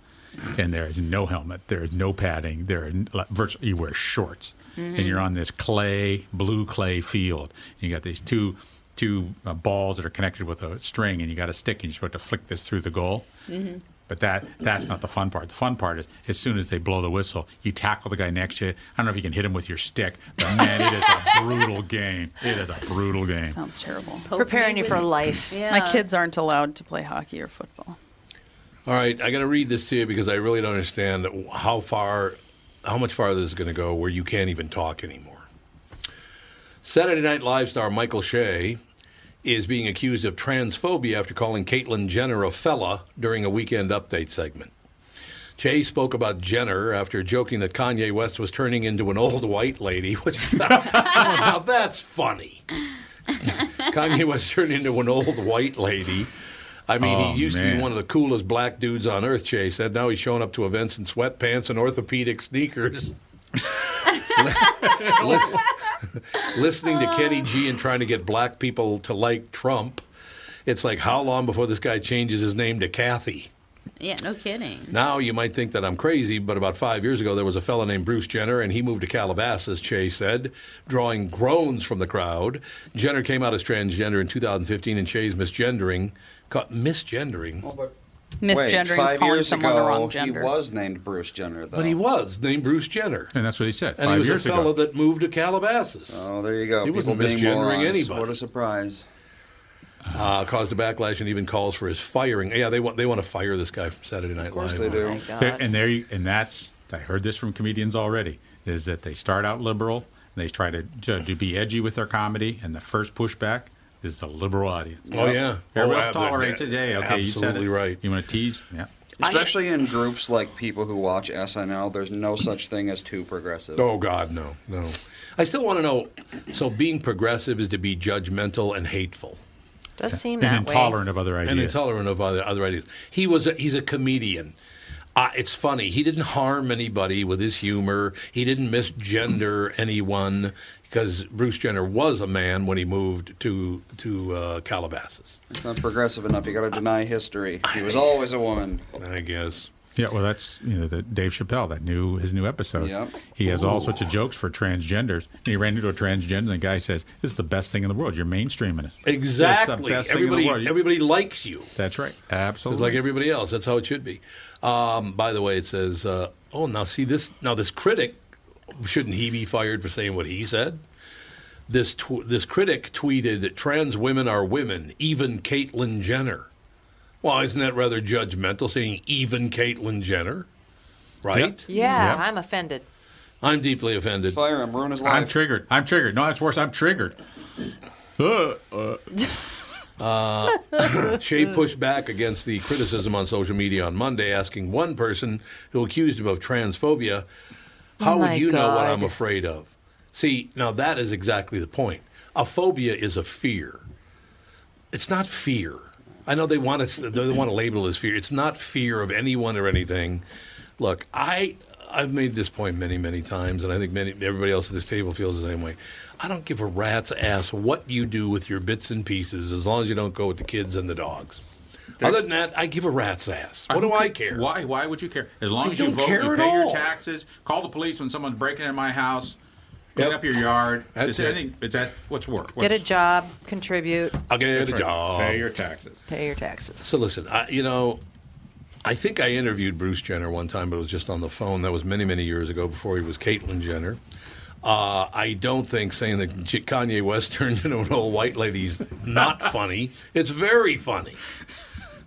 Speaker 6: and there is no helmet, there is no padding, there are like, virtually you wear shorts, and you're on this clay, blue clay field, and you got these two two uh, balls that are connected with a string, and you got a stick, and you're supposed to flick this through the goal.
Speaker 4: Mm-hmm.
Speaker 6: But that that's not the fun part. The fun part is as soon as they blow the whistle, you tackle the guy next to you. I don't know if you can hit him with your stick, but man, it is a brutal game. It is a brutal game.
Speaker 7: Sounds terrible.
Speaker 3: Preparing you for life.
Speaker 4: Yeah.
Speaker 7: My kids aren't allowed to play hockey or football.
Speaker 2: All right, I got to read this to you because I really don't understand how far, how much farther this is going to go where you can't even talk anymore. Saturday Night Live star Michael Shea is being accused of transphobia after calling Caitlyn Jenner a fella during a weekend update segment. Shea spoke about Jenner after joking that Kanye West was turning into an old white lady, which now that's funny. Kanye West turned into an old white lady. I mean,
Speaker 6: Oh,
Speaker 2: he used to
Speaker 6: man.
Speaker 2: be one of the coolest black dudes on earth, Jay said. Now he's showing up to events in sweatpants and orthopedic sneakers. Lis- Listening to Kenny G and trying to get black people to like Trump. It's like, how long before this guy changes his name to Kathy?
Speaker 4: Yeah, no kidding.
Speaker 2: Now you might think that I'm crazy, but about five years ago, there was a fellow named Bruce Jenner, and he moved to Calabasas, Che said, drawing groans from the crowd. Jenner came out as transgender in 2015, and Che's misgendering, caught misgendering,
Speaker 5: Wait,
Speaker 7: Misgendering
Speaker 5: five
Speaker 7: is calling
Speaker 5: years
Speaker 7: someone
Speaker 5: ago,
Speaker 7: the wrong gender.
Speaker 5: He was named Bruce Jenner, though.
Speaker 2: but he was named Bruce Jenner,
Speaker 6: And that's what he said.
Speaker 2: and
Speaker 6: five
Speaker 2: he was a
Speaker 6: years
Speaker 2: fellow
Speaker 6: ago.
Speaker 2: that moved to Calabasas.
Speaker 5: Oh, there you go.
Speaker 2: He
Speaker 5: People
Speaker 2: wasn't
Speaker 5: being
Speaker 2: misgendering
Speaker 5: morons.
Speaker 2: anybody.
Speaker 5: What a surprise.
Speaker 2: Uh, caused a backlash and even calls for his firing. Yeah, they want they want to fire this guy from Saturday Night
Speaker 5: Of course
Speaker 2: Live.
Speaker 5: they do.
Speaker 3: Oh, My
Speaker 6: There-
Speaker 3: God.
Speaker 6: and there, you, and that's I heard this from comedians already is that they start out liberal and they try to, to to be edgy with their comedy, and the first pushback is the liberal audience.
Speaker 2: Oh yeah,
Speaker 6: Everyone
Speaker 2: Oh, ab-
Speaker 6: tolerates it. Yeah, okay, you said
Speaker 2: absolutely
Speaker 6: it.
Speaker 2: right.
Speaker 6: You want to tease? Yeah.
Speaker 5: Especially in groups like people who watch SNL, there's no such thing as too progressive.
Speaker 2: Oh God, no, no. I still want to know. So being progressive is to be judgmental and hateful
Speaker 3: does seem
Speaker 6: and
Speaker 3: that
Speaker 6: intolerant
Speaker 3: way.
Speaker 6: of other ideas.
Speaker 2: and intolerant of other, other ideas. He was a, he's a comedian. Uh, it's funny. He didn't harm anybody with his humor. He didn't misgender anyone because Bruce Jenner was a man when he moved to to uh, Calabasas.
Speaker 5: It's not progressive enough. You got to deny history. He was always a woman.
Speaker 2: I guess.
Speaker 6: Yeah, well, that's you know the Dave Chappelle that new his new episode.
Speaker 5: Yep.
Speaker 6: He has all sorts of jokes for transgenders. And he ran into a transgender, and the guy says, "This is the best thing in the world. You're mainstreaming us." It's the
Speaker 2: Exactly.
Speaker 6: best thing in the
Speaker 2: Everybody
Speaker 6: world.
Speaker 2: everybody likes you.
Speaker 6: That's right.
Speaker 2: It's
Speaker 6: Absolutely.
Speaker 2: like everybody else. That's how it should be. Um, by the way, it says, uh, "Oh, now see this. Now this critic shouldn't he be fired for saying what he said? This tw- this critic tweeted, "Trans women are women, even Caitlyn Jenner." Well, isn't that rather judgmental, saying even Caitlyn Jenner, right?
Speaker 3: Yeah, I'm offended.
Speaker 2: I'm deeply offended.
Speaker 5: Fire him, ruin his
Speaker 6: I'm triggered. I'm triggered. No, that's worse. I'm triggered. Uh, uh.
Speaker 2: Uh, Shea pushed back against the criticism on social media on Monday, asking one person who accused him of transphobia, How
Speaker 9: Oh my
Speaker 2: would you know what
Speaker 9: God.
Speaker 2: I'm afraid of? See, now that is exactly the point. A phobia is a fear. It's not fear. I know they want to they want to label it as fear. It's not fear of anyone or anything. Look, I I've made this point many many times, and I think many everybody else at this table feels the same way. I don't give a rat's ass what you do with your bits and pieces, as long as you don't go with the kids and the dogs. Other than that, I give a rat's ass. What do I care?
Speaker 6: Why? Why would you care? As long
Speaker 2: I
Speaker 6: as you
Speaker 2: don't
Speaker 6: vote,
Speaker 2: care
Speaker 6: you
Speaker 2: at
Speaker 6: pay your
Speaker 2: all.
Speaker 6: taxes, call the police when someone's breaking into my house, clean up your yard.
Speaker 2: That's
Speaker 6: It's
Speaker 2: it.
Speaker 6: anything. It's that. What's work?
Speaker 3: Get a job, contribute,
Speaker 2: I'll get
Speaker 6: That's
Speaker 2: a
Speaker 6: right.
Speaker 2: job.
Speaker 6: Pay your taxes.
Speaker 3: pay your taxes.
Speaker 2: So listen, I, you know, I think I interviewed Bruce Jenner one time, but it was just on the phone. That was many, many years ago before he was Caitlyn Jenner. Uh, I don't think saying that J- Kanye West turned into an old white lady's not funny. It's very funny.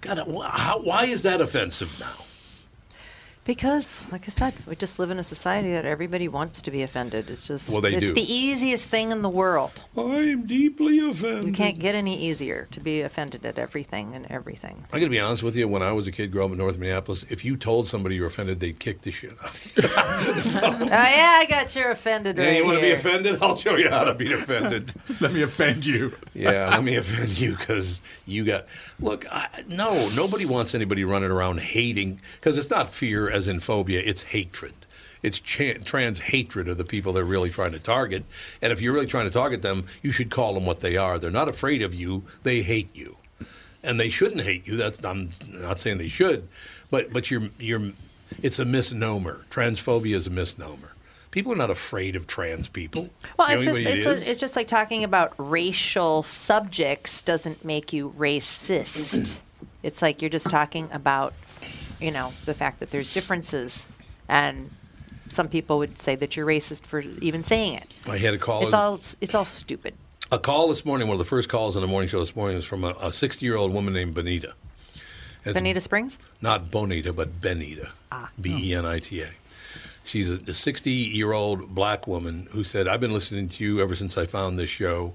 Speaker 2: God, wh- how, why is that offensive now?
Speaker 3: Because, like I said, we just live in a society that everybody wants to be offended. It's just
Speaker 2: Well, they
Speaker 3: it's
Speaker 2: do.
Speaker 3: the easiest thing in the world.
Speaker 2: I'm deeply offended.
Speaker 3: You can't get any easier to be offended at everything and everything.
Speaker 2: I'm going to be honest with you. When I was a kid growing up in North Minneapolis, if you told somebody you're offended, they'd kick the shit out of you.
Speaker 3: oh yeah, I got you offended right
Speaker 2: Hey, you want to be
Speaker 3: here.
Speaker 2: offended? I'll show you how to be offended.
Speaker 6: let me offend you.
Speaker 2: Yeah, let me offend you because you got. Look, I, no, nobody wants anybody running around hating because it's not fear as in phobia, it's hatred. It's cha- trans hatred of the people they're really trying to target. And if you're really trying to target them, you should call them what they are. They're not afraid of you, they hate you. And they shouldn't hate you. That's I'm not saying they should, but but you're you're it's a misnomer. Transphobia is a misnomer. People are not afraid of trans people.
Speaker 3: Well,
Speaker 2: You
Speaker 3: it's
Speaker 2: know
Speaker 3: just
Speaker 2: anybody
Speaker 3: it's,
Speaker 2: that
Speaker 3: a,
Speaker 2: is?
Speaker 3: it's just like talking about racial subjects doesn't make you racist. it's like you're just talking about, you know, the fact that there's differences, and some people would say that you're racist for even saying it.
Speaker 2: I had a call.
Speaker 3: It's all s- it's all stupid.
Speaker 2: A call this morning, one of the first calls on the morning show this morning was from a 60 year old woman named Benita. And it's
Speaker 3: Benita Springs.
Speaker 2: Not Bonita, but Benita. B E N I T A. She's a 60 year old black woman who said, I've been listening to you ever since I found this show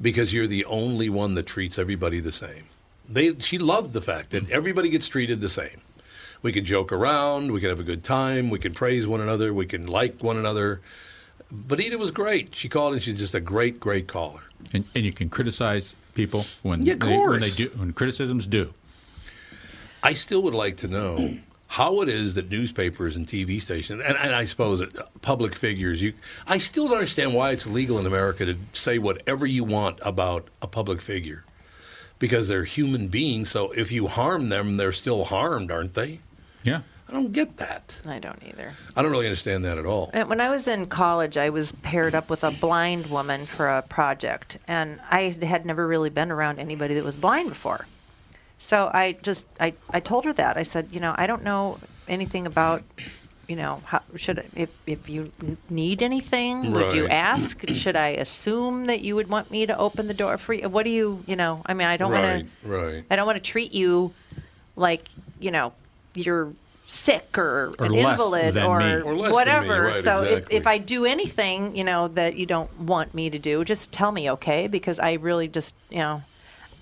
Speaker 2: because you're the only one that treats everybody the same. They, she loved the fact that everybody gets treated the same. We can joke around, we can have a good time, we can praise one another, we can like one another. Benita was great. She called and she's just a great, great caller.
Speaker 6: And, and you can criticize people when
Speaker 2: Yeah, of
Speaker 6: they, when they
Speaker 2: course.
Speaker 6: do when criticisms do.
Speaker 2: I still would like to know how it is that newspapers and TV stations, and, and I suppose uh, public figures, you, I still don't understand why it's legal in America to say whatever you want about a public figure because they're human beings. So if you harm them, they're still harmed, aren't they?
Speaker 6: Yeah.
Speaker 2: I don't get that.
Speaker 3: I don't either.
Speaker 2: I don't really understand that at all.
Speaker 3: Uh, When I was in college, I was paired up with a blind woman for a project, and I had never really been around anybody that was blind before. So I just I, I told her that I said, you know, I don't know anything about, you know, how should I, if if you n- need anything, would you
Speaker 9: Right.
Speaker 3: ask? Should I assume that you would want me to open the door for you? What do you, you know? I mean, I don't
Speaker 2: right,
Speaker 3: want to.
Speaker 2: right.
Speaker 3: I don't want to treat you like you know you're sick or,
Speaker 2: Or
Speaker 3: an
Speaker 2: less
Speaker 3: invalid
Speaker 2: than
Speaker 3: or,
Speaker 2: me. Or less than me,
Speaker 3: whatever.
Speaker 2: right,
Speaker 3: so
Speaker 2: exactly.
Speaker 3: if, if I do anything you know that you don't want me to do, just tell me, okay? Because I really just you know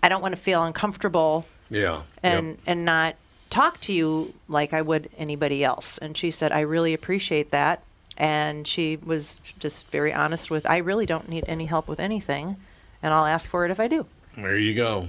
Speaker 3: I don't want to feel uncomfortable
Speaker 2: Yeah.
Speaker 3: and
Speaker 2: yep.
Speaker 3: and not talk to you like I would anybody else. And she said, I really appreciate that. And she was just very honest with, I really don't need any help with anything, and I'll ask for it if I do.
Speaker 2: There you go.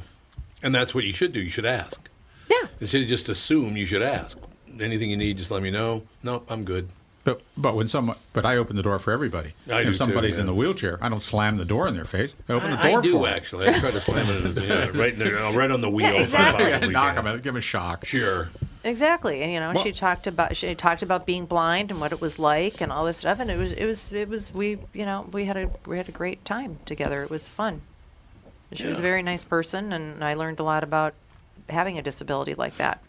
Speaker 2: And that's what you should do. You should ask.
Speaker 3: Yeah.
Speaker 2: Instead of just assume, you should ask. Anything you need, just let me know. Nope, I'm good.
Speaker 6: But but when someone but I open the door for everybody.
Speaker 2: I
Speaker 6: if
Speaker 2: do too,
Speaker 6: somebody's
Speaker 2: yeah.
Speaker 6: in the wheelchair, I don't slam the door in their face. I open the
Speaker 2: I- I
Speaker 6: door
Speaker 2: do,
Speaker 6: for 'em.
Speaker 2: actually. I try to slam it in the- yeah, right in the- uh, right on the wheel if I
Speaker 6: Yeah,
Speaker 2: possibly
Speaker 6: knock
Speaker 2: can.
Speaker 6: 'em out, give 'em a shock.
Speaker 2: Sure.
Speaker 3: Exactly, and you know,
Speaker 6: Well-
Speaker 3: she talked about she talked about being blind and what it was like and all this stuff, and it was it was it was we you know we had a we had a great time together. It was fun. She was a very nice person, and I learned a lot about having a disability like that.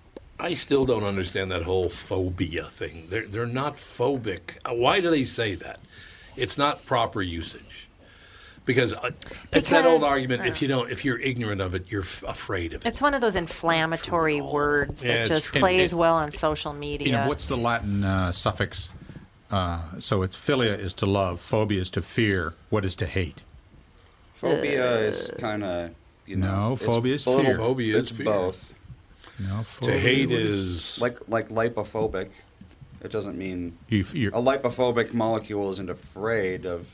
Speaker 2: I still don't understand that whole phobia thing. They're, they're not phobic. Uh, Why do they say that? It's not proper usage. Because, uh, it's that old
Speaker 3: Because-
Speaker 2: argument.
Speaker 3: I
Speaker 2: If you don't, if you're ignorant of it, you're f- afraid of it.
Speaker 3: It's one of those inflammatory
Speaker 6: Oh,
Speaker 3: words
Speaker 2: Yeah,
Speaker 3: that
Speaker 2: it's
Speaker 3: just
Speaker 2: true.
Speaker 3: plays
Speaker 6: And it-
Speaker 3: well on social media.
Speaker 6: You know, what's the Latin uh, suffix? Uh, so it's philia is to love, phobia is to fear, what is to hate?
Speaker 5: Phobia
Speaker 7: Uh,
Speaker 5: is kind of you know.
Speaker 6: No,
Speaker 5: it's
Speaker 6: phobia is
Speaker 5: a little-
Speaker 6: fear.
Speaker 2: Phobia is
Speaker 5: it's
Speaker 2: fear.
Speaker 5: both.
Speaker 6: No, phobia
Speaker 5: like like lipophobic. It doesn't mean
Speaker 6: You, f- you're,
Speaker 5: a lipophobic molecule isn't afraid of.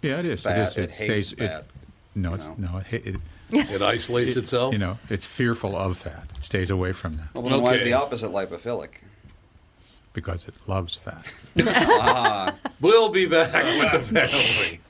Speaker 6: yeah, it is.
Speaker 5: Fat,
Speaker 6: it is.
Speaker 5: it hates fat,
Speaker 6: no,
Speaker 5: you
Speaker 6: it's
Speaker 5: know.
Speaker 6: no. It, it,
Speaker 2: It isolates itself.
Speaker 6: you know, it's fearful of fat. It stays away from that
Speaker 5: Well, then why is
Speaker 2: Okay.
Speaker 5: the opposite lipophilic?
Speaker 6: because it loves fat.
Speaker 2: We'll be back with the family.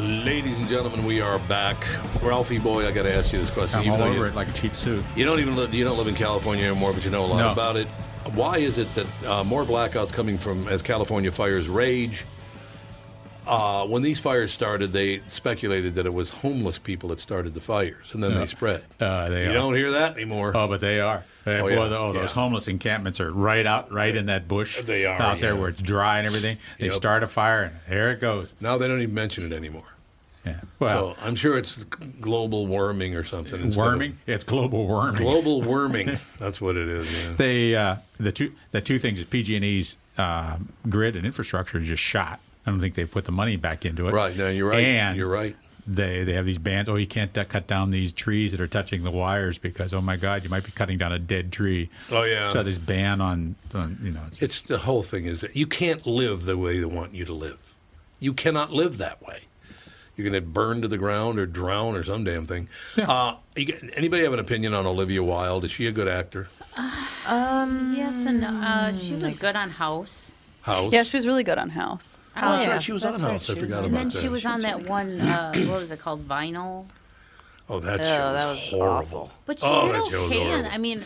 Speaker 2: Ladies and gentlemen, we are back. Ralphie boy, I got to ask you this question.
Speaker 6: I'm
Speaker 2: even
Speaker 6: all
Speaker 2: though
Speaker 6: over
Speaker 2: you,
Speaker 6: it like a cheap suit.
Speaker 2: you don't even live, you don't live in California anymore, but you know a lot
Speaker 6: No.
Speaker 2: about it. Why is it that uh, more blackouts coming from as California fires rage? Uh, when these fires started, they speculated that it was homeless people that started the fires, and then they spread.
Speaker 6: Uh, they
Speaker 2: you
Speaker 6: are.
Speaker 2: don't hear that anymore.
Speaker 6: Oh, but they are. They-
Speaker 2: Oh,
Speaker 6: boy,
Speaker 2: yeah.
Speaker 6: the- oh, those
Speaker 2: Yeah.
Speaker 6: homeless encampments are right out, right in that bush.
Speaker 2: They are,
Speaker 6: out there
Speaker 2: yeah.
Speaker 6: where it's dry and everything. They
Speaker 2: Yep.
Speaker 6: start a fire, and there it goes.
Speaker 2: now they don't even mention it anymore.
Speaker 6: Yeah. Well,
Speaker 2: so I'm sure it's global warming or something. instead of-
Speaker 6: worming. It's global worming.
Speaker 2: Global warming. That's what it is. Yeah.
Speaker 6: they uh, the two the two things is PG and E's uh, grid and infrastructure is just shot. I don't think they put the money back into it.
Speaker 2: Right. No, you're right.
Speaker 6: And
Speaker 2: You're right.
Speaker 6: They they have these bans. Oh, you can't uh, cut down these trees that are touching the wires because oh my God, you might be cutting down a dead tree.
Speaker 2: Oh, yeah.
Speaker 6: So this ban on, on you know it's,
Speaker 2: It's the whole thing is that you can't live the way they want you to live. You cannot live that way. You're going to burn to the ground or drown or some damn thing. Uh, you get- anybody have an opinion on Olivia Wilde? Is she a good actor?
Speaker 3: Um,
Speaker 4: Yes, and uh, she was good on House.
Speaker 2: House.
Speaker 7: Yeah, she was really good on House.
Speaker 2: oh, that's
Speaker 3: yeah,
Speaker 2: right. She was on
Speaker 3: that's right,
Speaker 2: House. I
Speaker 3: she was
Speaker 2: forgot
Speaker 3: on-
Speaker 4: And
Speaker 2: about
Speaker 4: then
Speaker 2: that.
Speaker 4: she was on that one, uh, what was it called, Vinyl?
Speaker 2: oh, that show
Speaker 3: Oh, that
Speaker 2: was
Speaker 3: was
Speaker 2: horrible.
Speaker 4: But she
Speaker 2: oh, that
Speaker 4: did
Speaker 2: show was
Speaker 4: okay. And,
Speaker 2: horrible.
Speaker 4: I mean,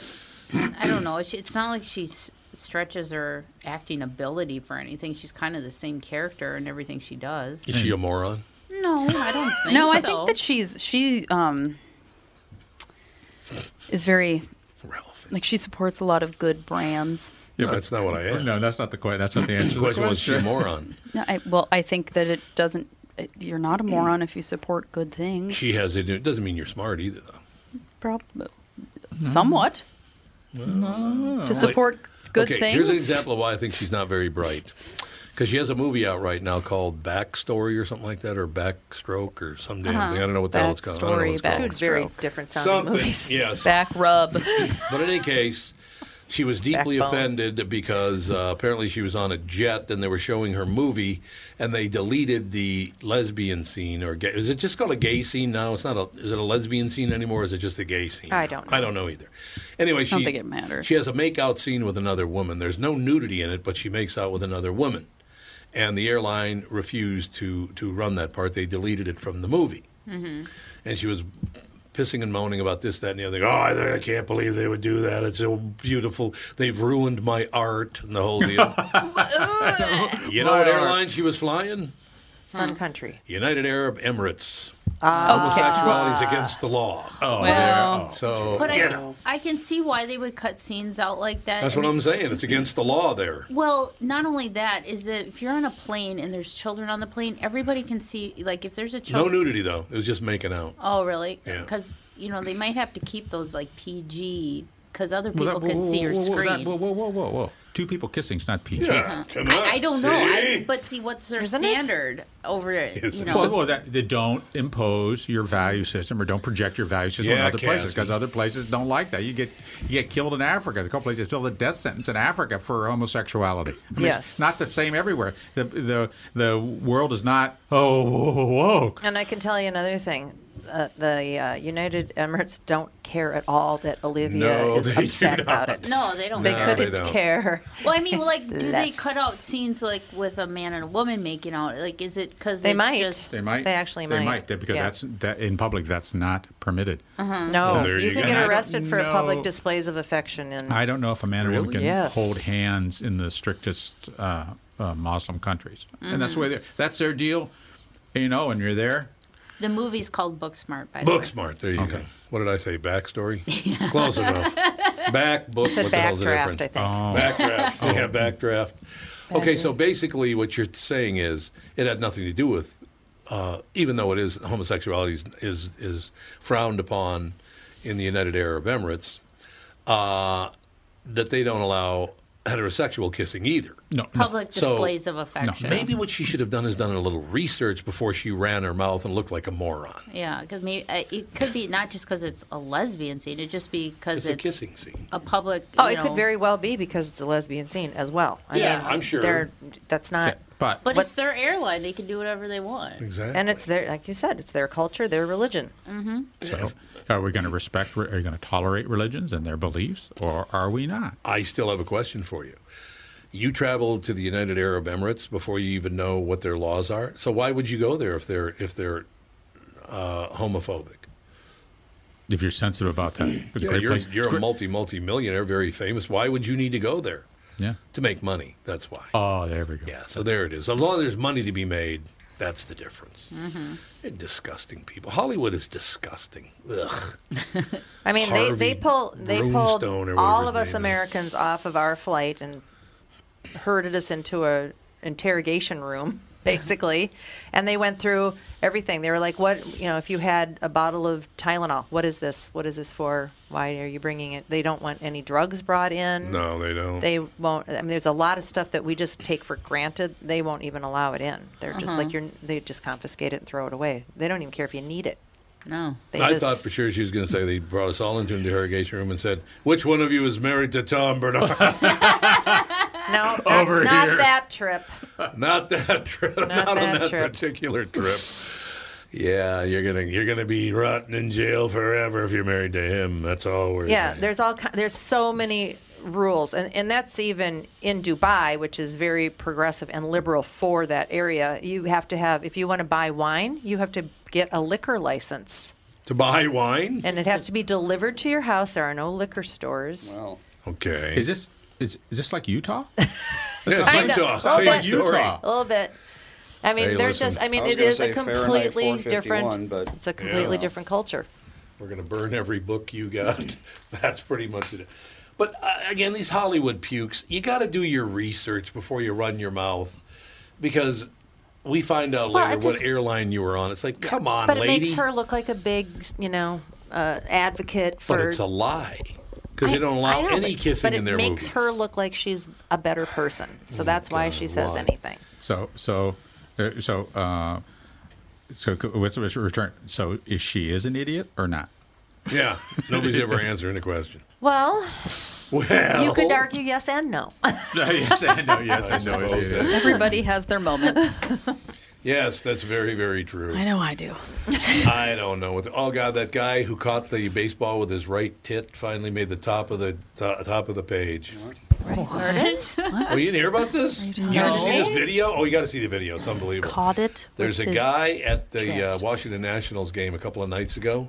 Speaker 4: I don't know. She, it's not like she s- stretches her acting ability for anything. She's kind of the same character in everything she does.
Speaker 2: Is she a moron?
Speaker 4: No, I don't think
Speaker 7: No, I
Speaker 4: so.
Speaker 7: think that she's she um is very
Speaker 2: Ralph.
Speaker 7: like she supports a lot of good brands.
Speaker 2: no, that's not what I asked.
Speaker 6: no, that's not the question. That's not the answer. to
Speaker 2: the
Speaker 6: the
Speaker 2: question was, is she a
Speaker 6: question.
Speaker 2: moron?
Speaker 7: No, I, well, I think that it doesn't. It, you're not a moron if you support good things.
Speaker 2: She has it. It doesn't mean you're smart either, though.
Speaker 7: Probably, somewhat. to support good
Speaker 2: Oh. okay,
Speaker 7: things.
Speaker 2: here's an example of why I think she's not very bright. Because she has a movie out right now called Backstory or something like that, or Backstroke or some damn thing. I don't know what the hell it's called. I don't know what
Speaker 7: Uh-huh. Backstory,
Speaker 2: it's
Speaker 7: back-
Speaker 2: called.
Speaker 3: Two very
Speaker 7: Stroke.
Speaker 3: different sounding
Speaker 2: Something,
Speaker 3: movies.
Speaker 2: yes.
Speaker 7: Back rub.
Speaker 2: But in any case, She was deeply
Speaker 3: Backbone.
Speaker 2: offended because uh, apparently she was on a jet and they were showing her movie and they deleted the lesbian scene or gay. Is it just called a gay scene now? It's not a. Is it a lesbian scene anymore? Or is it just a gay scene?
Speaker 7: I don't
Speaker 2: I don't know either. Anyway,
Speaker 7: I
Speaker 2: she
Speaker 7: don't think it matters.
Speaker 2: She has a makeout scene with another woman. There's no nudity in it, but she makes out with another woman, and the airline refused to to run that part. They deleted it from the movie,
Speaker 11: Mm-hmm.
Speaker 2: and she was pissing and moaning about this, that, and the other. Oh, I, I can't believe they would do that. It's so beautiful. They've ruined my art and the whole deal. you know
Speaker 3: My
Speaker 2: what
Speaker 3: art.
Speaker 2: airline she was flying?
Speaker 4: Hmm.
Speaker 3: Sun Country.
Speaker 2: United Arab Emirates.
Speaker 3: Ah.
Speaker 2: Homosexuality is against the law.
Speaker 6: Oh,
Speaker 4: Well-
Speaker 2: so
Speaker 4: But
Speaker 2: you
Speaker 4: I,
Speaker 2: know,
Speaker 4: I can see why they would cut scenes out like that.
Speaker 2: that's
Speaker 4: I
Speaker 2: what
Speaker 4: mean,
Speaker 2: I'm saying. It's against the law there.
Speaker 4: Well, not only that is that if you're on a plane and there's children on the plane, everybody can see. Like if there's a
Speaker 2: No
Speaker 4: child,
Speaker 2: nudity though. It was just making out.
Speaker 4: Oh, really?
Speaker 2: Yeah.
Speaker 4: Because you know they might have to keep those like PG because other
Speaker 6: Well,
Speaker 4: people
Speaker 6: that-
Speaker 4: can
Speaker 6: whoa,
Speaker 4: see your
Speaker 6: whoa, whoa,
Speaker 4: screen.
Speaker 6: that- Whoa, whoa, whoa, whoa, whoa. Two people kissing is not PG.
Speaker 4: Uh-huh. I, I don't know. I, but see, what's their
Speaker 3: Isn't it?
Speaker 4: standard over it? You know,
Speaker 6: well, well, that, they don't impose your value system or don't project your value system
Speaker 2: Yeah,
Speaker 6: on other places
Speaker 2: Cassie.
Speaker 6: because other places don't like that. You get you get killed in Africa. There's a couple places still the death sentence in Africa for homosexuality. I mean,
Speaker 3: Yes.
Speaker 6: it's not the same everywhere. The the the world is not oh whoa, whoa.
Speaker 3: And I can tell you another thing. Uh, the uh, United Emirates don't care at all that Olivia
Speaker 6: No,
Speaker 3: is
Speaker 6: they do
Speaker 3: upset about
Speaker 6: not.
Speaker 3: it.
Speaker 4: No, they don't
Speaker 3: They
Speaker 4: care. No, they
Speaker 3: couldn't
Speaker 4: don't.
Speaker 3: care.
Speaker 4: Well, I mean, like, do they
Speaker 3: Less.
Speaker 4: cut out scenes like with a man and a woman making out? Like, is it because
Speaker 3: They
Speaker 4: it's
Speaker 3: might.
Speaker 4: Just,
Speaker 6: They might. they might, they- because
Speaker 3: yeah.
Speaker 6: that's that in public that's not permitted.
Speaker 4: Uh-huh.
Speaker 3: No,
Speaker 6: Well, there
Speaker 3: Oh, you,
Speaker 6: you
Speaker 3: can
Speaker 6: go.
Speaker 3: get
Speaker 6: And I
Speaker 3: arrested
Speaker 6: don't
Speaker 3: for public
Speaker 6: know-
Speaker 3: displays of affection. And
Speaker 6: I don't know if a man and a woman
Speaker 3: Really?
Speaker 6: can
Speaker 3: Yes.
Speaker 6: hold hands in the strictest uh, uh, Muslim countries, and
Speaker 3: Mm-hmm.
Speaker 6: that's the way
Speaker 4: Mhm.
Speaker 6: they're, that's their deal. You know, and you're there.
Speaker 4: the movie's called Booksmart. By
Speaker 2: Book smart. There you go. What did I say? Backstory. Close enough. Back book.
Speaker 4: You said
Speaker 2: What the hell's the
Speaker 4: backdraft,
Speaker 2: difference?
Speaker 4: I think. Oh.
Speaker 2: Backdraft.
Speaker 4: Oh.
Speaker 2: Yeah, backdraft. Okay, so basically, what you're saying is it had nothing to do with, uh, even though it is homosexuality is is, is frowned upon in the United Arab Emirates, uh, that they don't allow heterosexual kissing either.
Speaker 6: No.
Speaker 4: Public
Speaker 2: So-
Speaker 4: displays of affection.
Speaker 2: Maybe what she should have done is done a little research before she ran her mouth and looked like a moron.
Speaker 4: Yeah, because maybe uh, it could be not just because it's a lesbian scene. It just be because
Speaker 2: It's
Speaker 4: it's,
Speaker 2: a kissing scene.
Speaker 4: A public.
Speaker 3: Oh,
Speaker 4: you
Speaker 3: it could
Speaker 4: know-
Speaker 3: very well be because it's a lesbian scene as well. I
Speaker 4: Yeah.
Speaker 3: mean,
Speaker 4: I'm sure.
Speaker 3: they're- That's not.
Speaker 6: But,
Speaker 4: But it's their airline; they can do whatever they want.
Speaker 2: Exactly.
Speaker 3: and it's their, like you said, it's their culture, their religion.
Speaker 4: Mm-hmm.
Speaker 6: So, are we going to respect? Are we going to tolerate religions and their beliefs, or are we not?
Speaker 2: I still have a question for you. You traveled to the United Arab Emirates before you even know what their laws are. So why would you go there if they're if they're uh, homophobic?
Speaker 6: If you're sensitive about that, it's a
Speaker 2: Yeah,
Speaker 6: great
Speaker 2: you're
Speaker 6: place.
Speaker 2: you're a multi multi millionaire, very famous. Why would you need to go there?
Speaker 6: Yeah.
Speaker 2: To make money. That's why.
Speaker 6: Oh, there we go.
Speaker 2: Yeah. So there it is. As long as there's money to be made, that's the difference.
Speaker 3: Mhm.
Speaker 2: They're disgusting people. Hollywood is disgusting. Ugh.
Speaker 3: I mean, they,
Speaker 2: Harvey
Speaker 3: they pull they pulled
Speaker 2: Broomstone or whatever
Speaker 3: all
Speaker 2: his
Speaker 3: of us
Speaker 2: name is.
Speaker 3: Americans off of our flight and herded us into a interrogation room basically, and they went through everything. They were like, "What you know? If you had a bottle of Tylenol, what is this? What is this for? Why are you bringing it? They don't want any drugs brought in.
Speaker 2: No, they don't.
Speaker 3: They won't. I mean, there's a lot of stuff that we just take for granted. They won't even allow it in. They're just
Speaker 4: Uh-huh.
Speaker 3: like you're. They just confiscate it and throw it away. They don't even care if you need it.
Speaker 4: No.
Speaker 3: They
Speaker 2: I
Speaker 3: just,
Speaker 2: thought for sure she was going to say they brought us all into an interrogation room and said, "Which one of you is married to Tom Bernard?"
Speaker 3: no, not,
Speaker 2: Over
Speaker 3: not
Speaker 2: here.
Speaker 3: that trip.
Speaker 2: not that trip. Not, on
Speaker 3: that
Speaker 2: that
Speaker 3: trip.
Speaker 2: particular trip. Yeah, you're gonna you're gonna be rotting in jail forever if you're married to him. That's all we're.
Speaker 3: Yeah, there's all ki- there's so many rules, and and that's even in Dubai, which is very progressive and liberal for that area. You have to have if you want to buy wine, you have to get a liquor license,
Speaker 2: To buy wine.
Speaker 3: and it has to be delivered to your house. There are no liquor stores. Well,
Speaker 2: Okay.
Speaker 6: Is this is, is this like Utah?
Speaker 2: Yeah,
Speaker 6: It's
Speaker 2: Utah,
Speaker 6: it's
Speaker 2: same
Speaker 6: like
Speaker 2: story.
Speaker 6: Utah.
Speaker 3: a little bit. I mean,
Speaker 2: Hey,
Speaker 3: they're
Speaker 2: listen.
Speaker 3: just. I mean,
Speaker 2: I was
Speaker 3: it
Speaker 2: gonna
Speaker 3: is a
Speaker 2: say Fahrenheit
Speaker 3: completely
Speaker 2: 451,
Speaker 3: different.
Speaker 2: but-
Speaker 3: it's a completely
Speaker 2: Yeah.
Speaker 3: different culture.
Speaker 2: We're gonna burn every book you got. That's pretty much it. But uh, again, these Hollywood pukes, you got to do your research before you run your mouth, because we find out
Speaker 3: Well, I
Speaker 2: later
Speaker 3: just-
Speaker 2: what airline you were on. It's like, come on,
Speaker 3: but it
Speaker 2: lady.
Speaker 3: makes her look like a big, you know, uh, advocate for.
Speaker 2: but it's a lie because
Speaker 3: I-
Speaker 2: they don't
Speaker 3: I
Speaker 2: allow
Speaker 3: know,
Speaker 2: any
Speaker 3: but-
Speaker 2: kissing
Speaker 3: but
Speaker 2: in their
Speaker 3: it makes
Speaker 2: movies.
Speaker 3: her look like she's a better person. So that's why she says
Speaker 6: why?
Speaker 3: anything.
Speaker 6: So so uh, so uh, so c- what's the return? So is she is an idiot or not?
Speaker 2: Yeah, nobody's ever answering the question.
Speaker 3: Well, You could argue yes and no.
Speaker 6: yes, I know. Yes, I know. it
Speaker 2: suppose
Speaker 6: is.
Speaker 2: that-
Speaker 7: Everybody has their moments.
Speaker 2: Yes, that's very, very true.
Speaker 7: I know I do.
Speaker 2: I don't know. What oh God, that guy who caught the baseball with his right tit finally made the top of the to- top of the page. Oh, you didn't hear about this?
Speaker 7: I
Speaker 2: You
Speaker 7: didn't
Speaker 2: didn't see this
Speaker 7: know.
Speaker 2: video? Oh, you got to see the video. It's unbelievable.
Speaker 7: Caught it.
Speaker 2: There's
Speaker 7: with
Speaker 2: a
Speaker 7: his-
Speaker 2: guy at the uh, Washington Nationals game a couple of nights ago.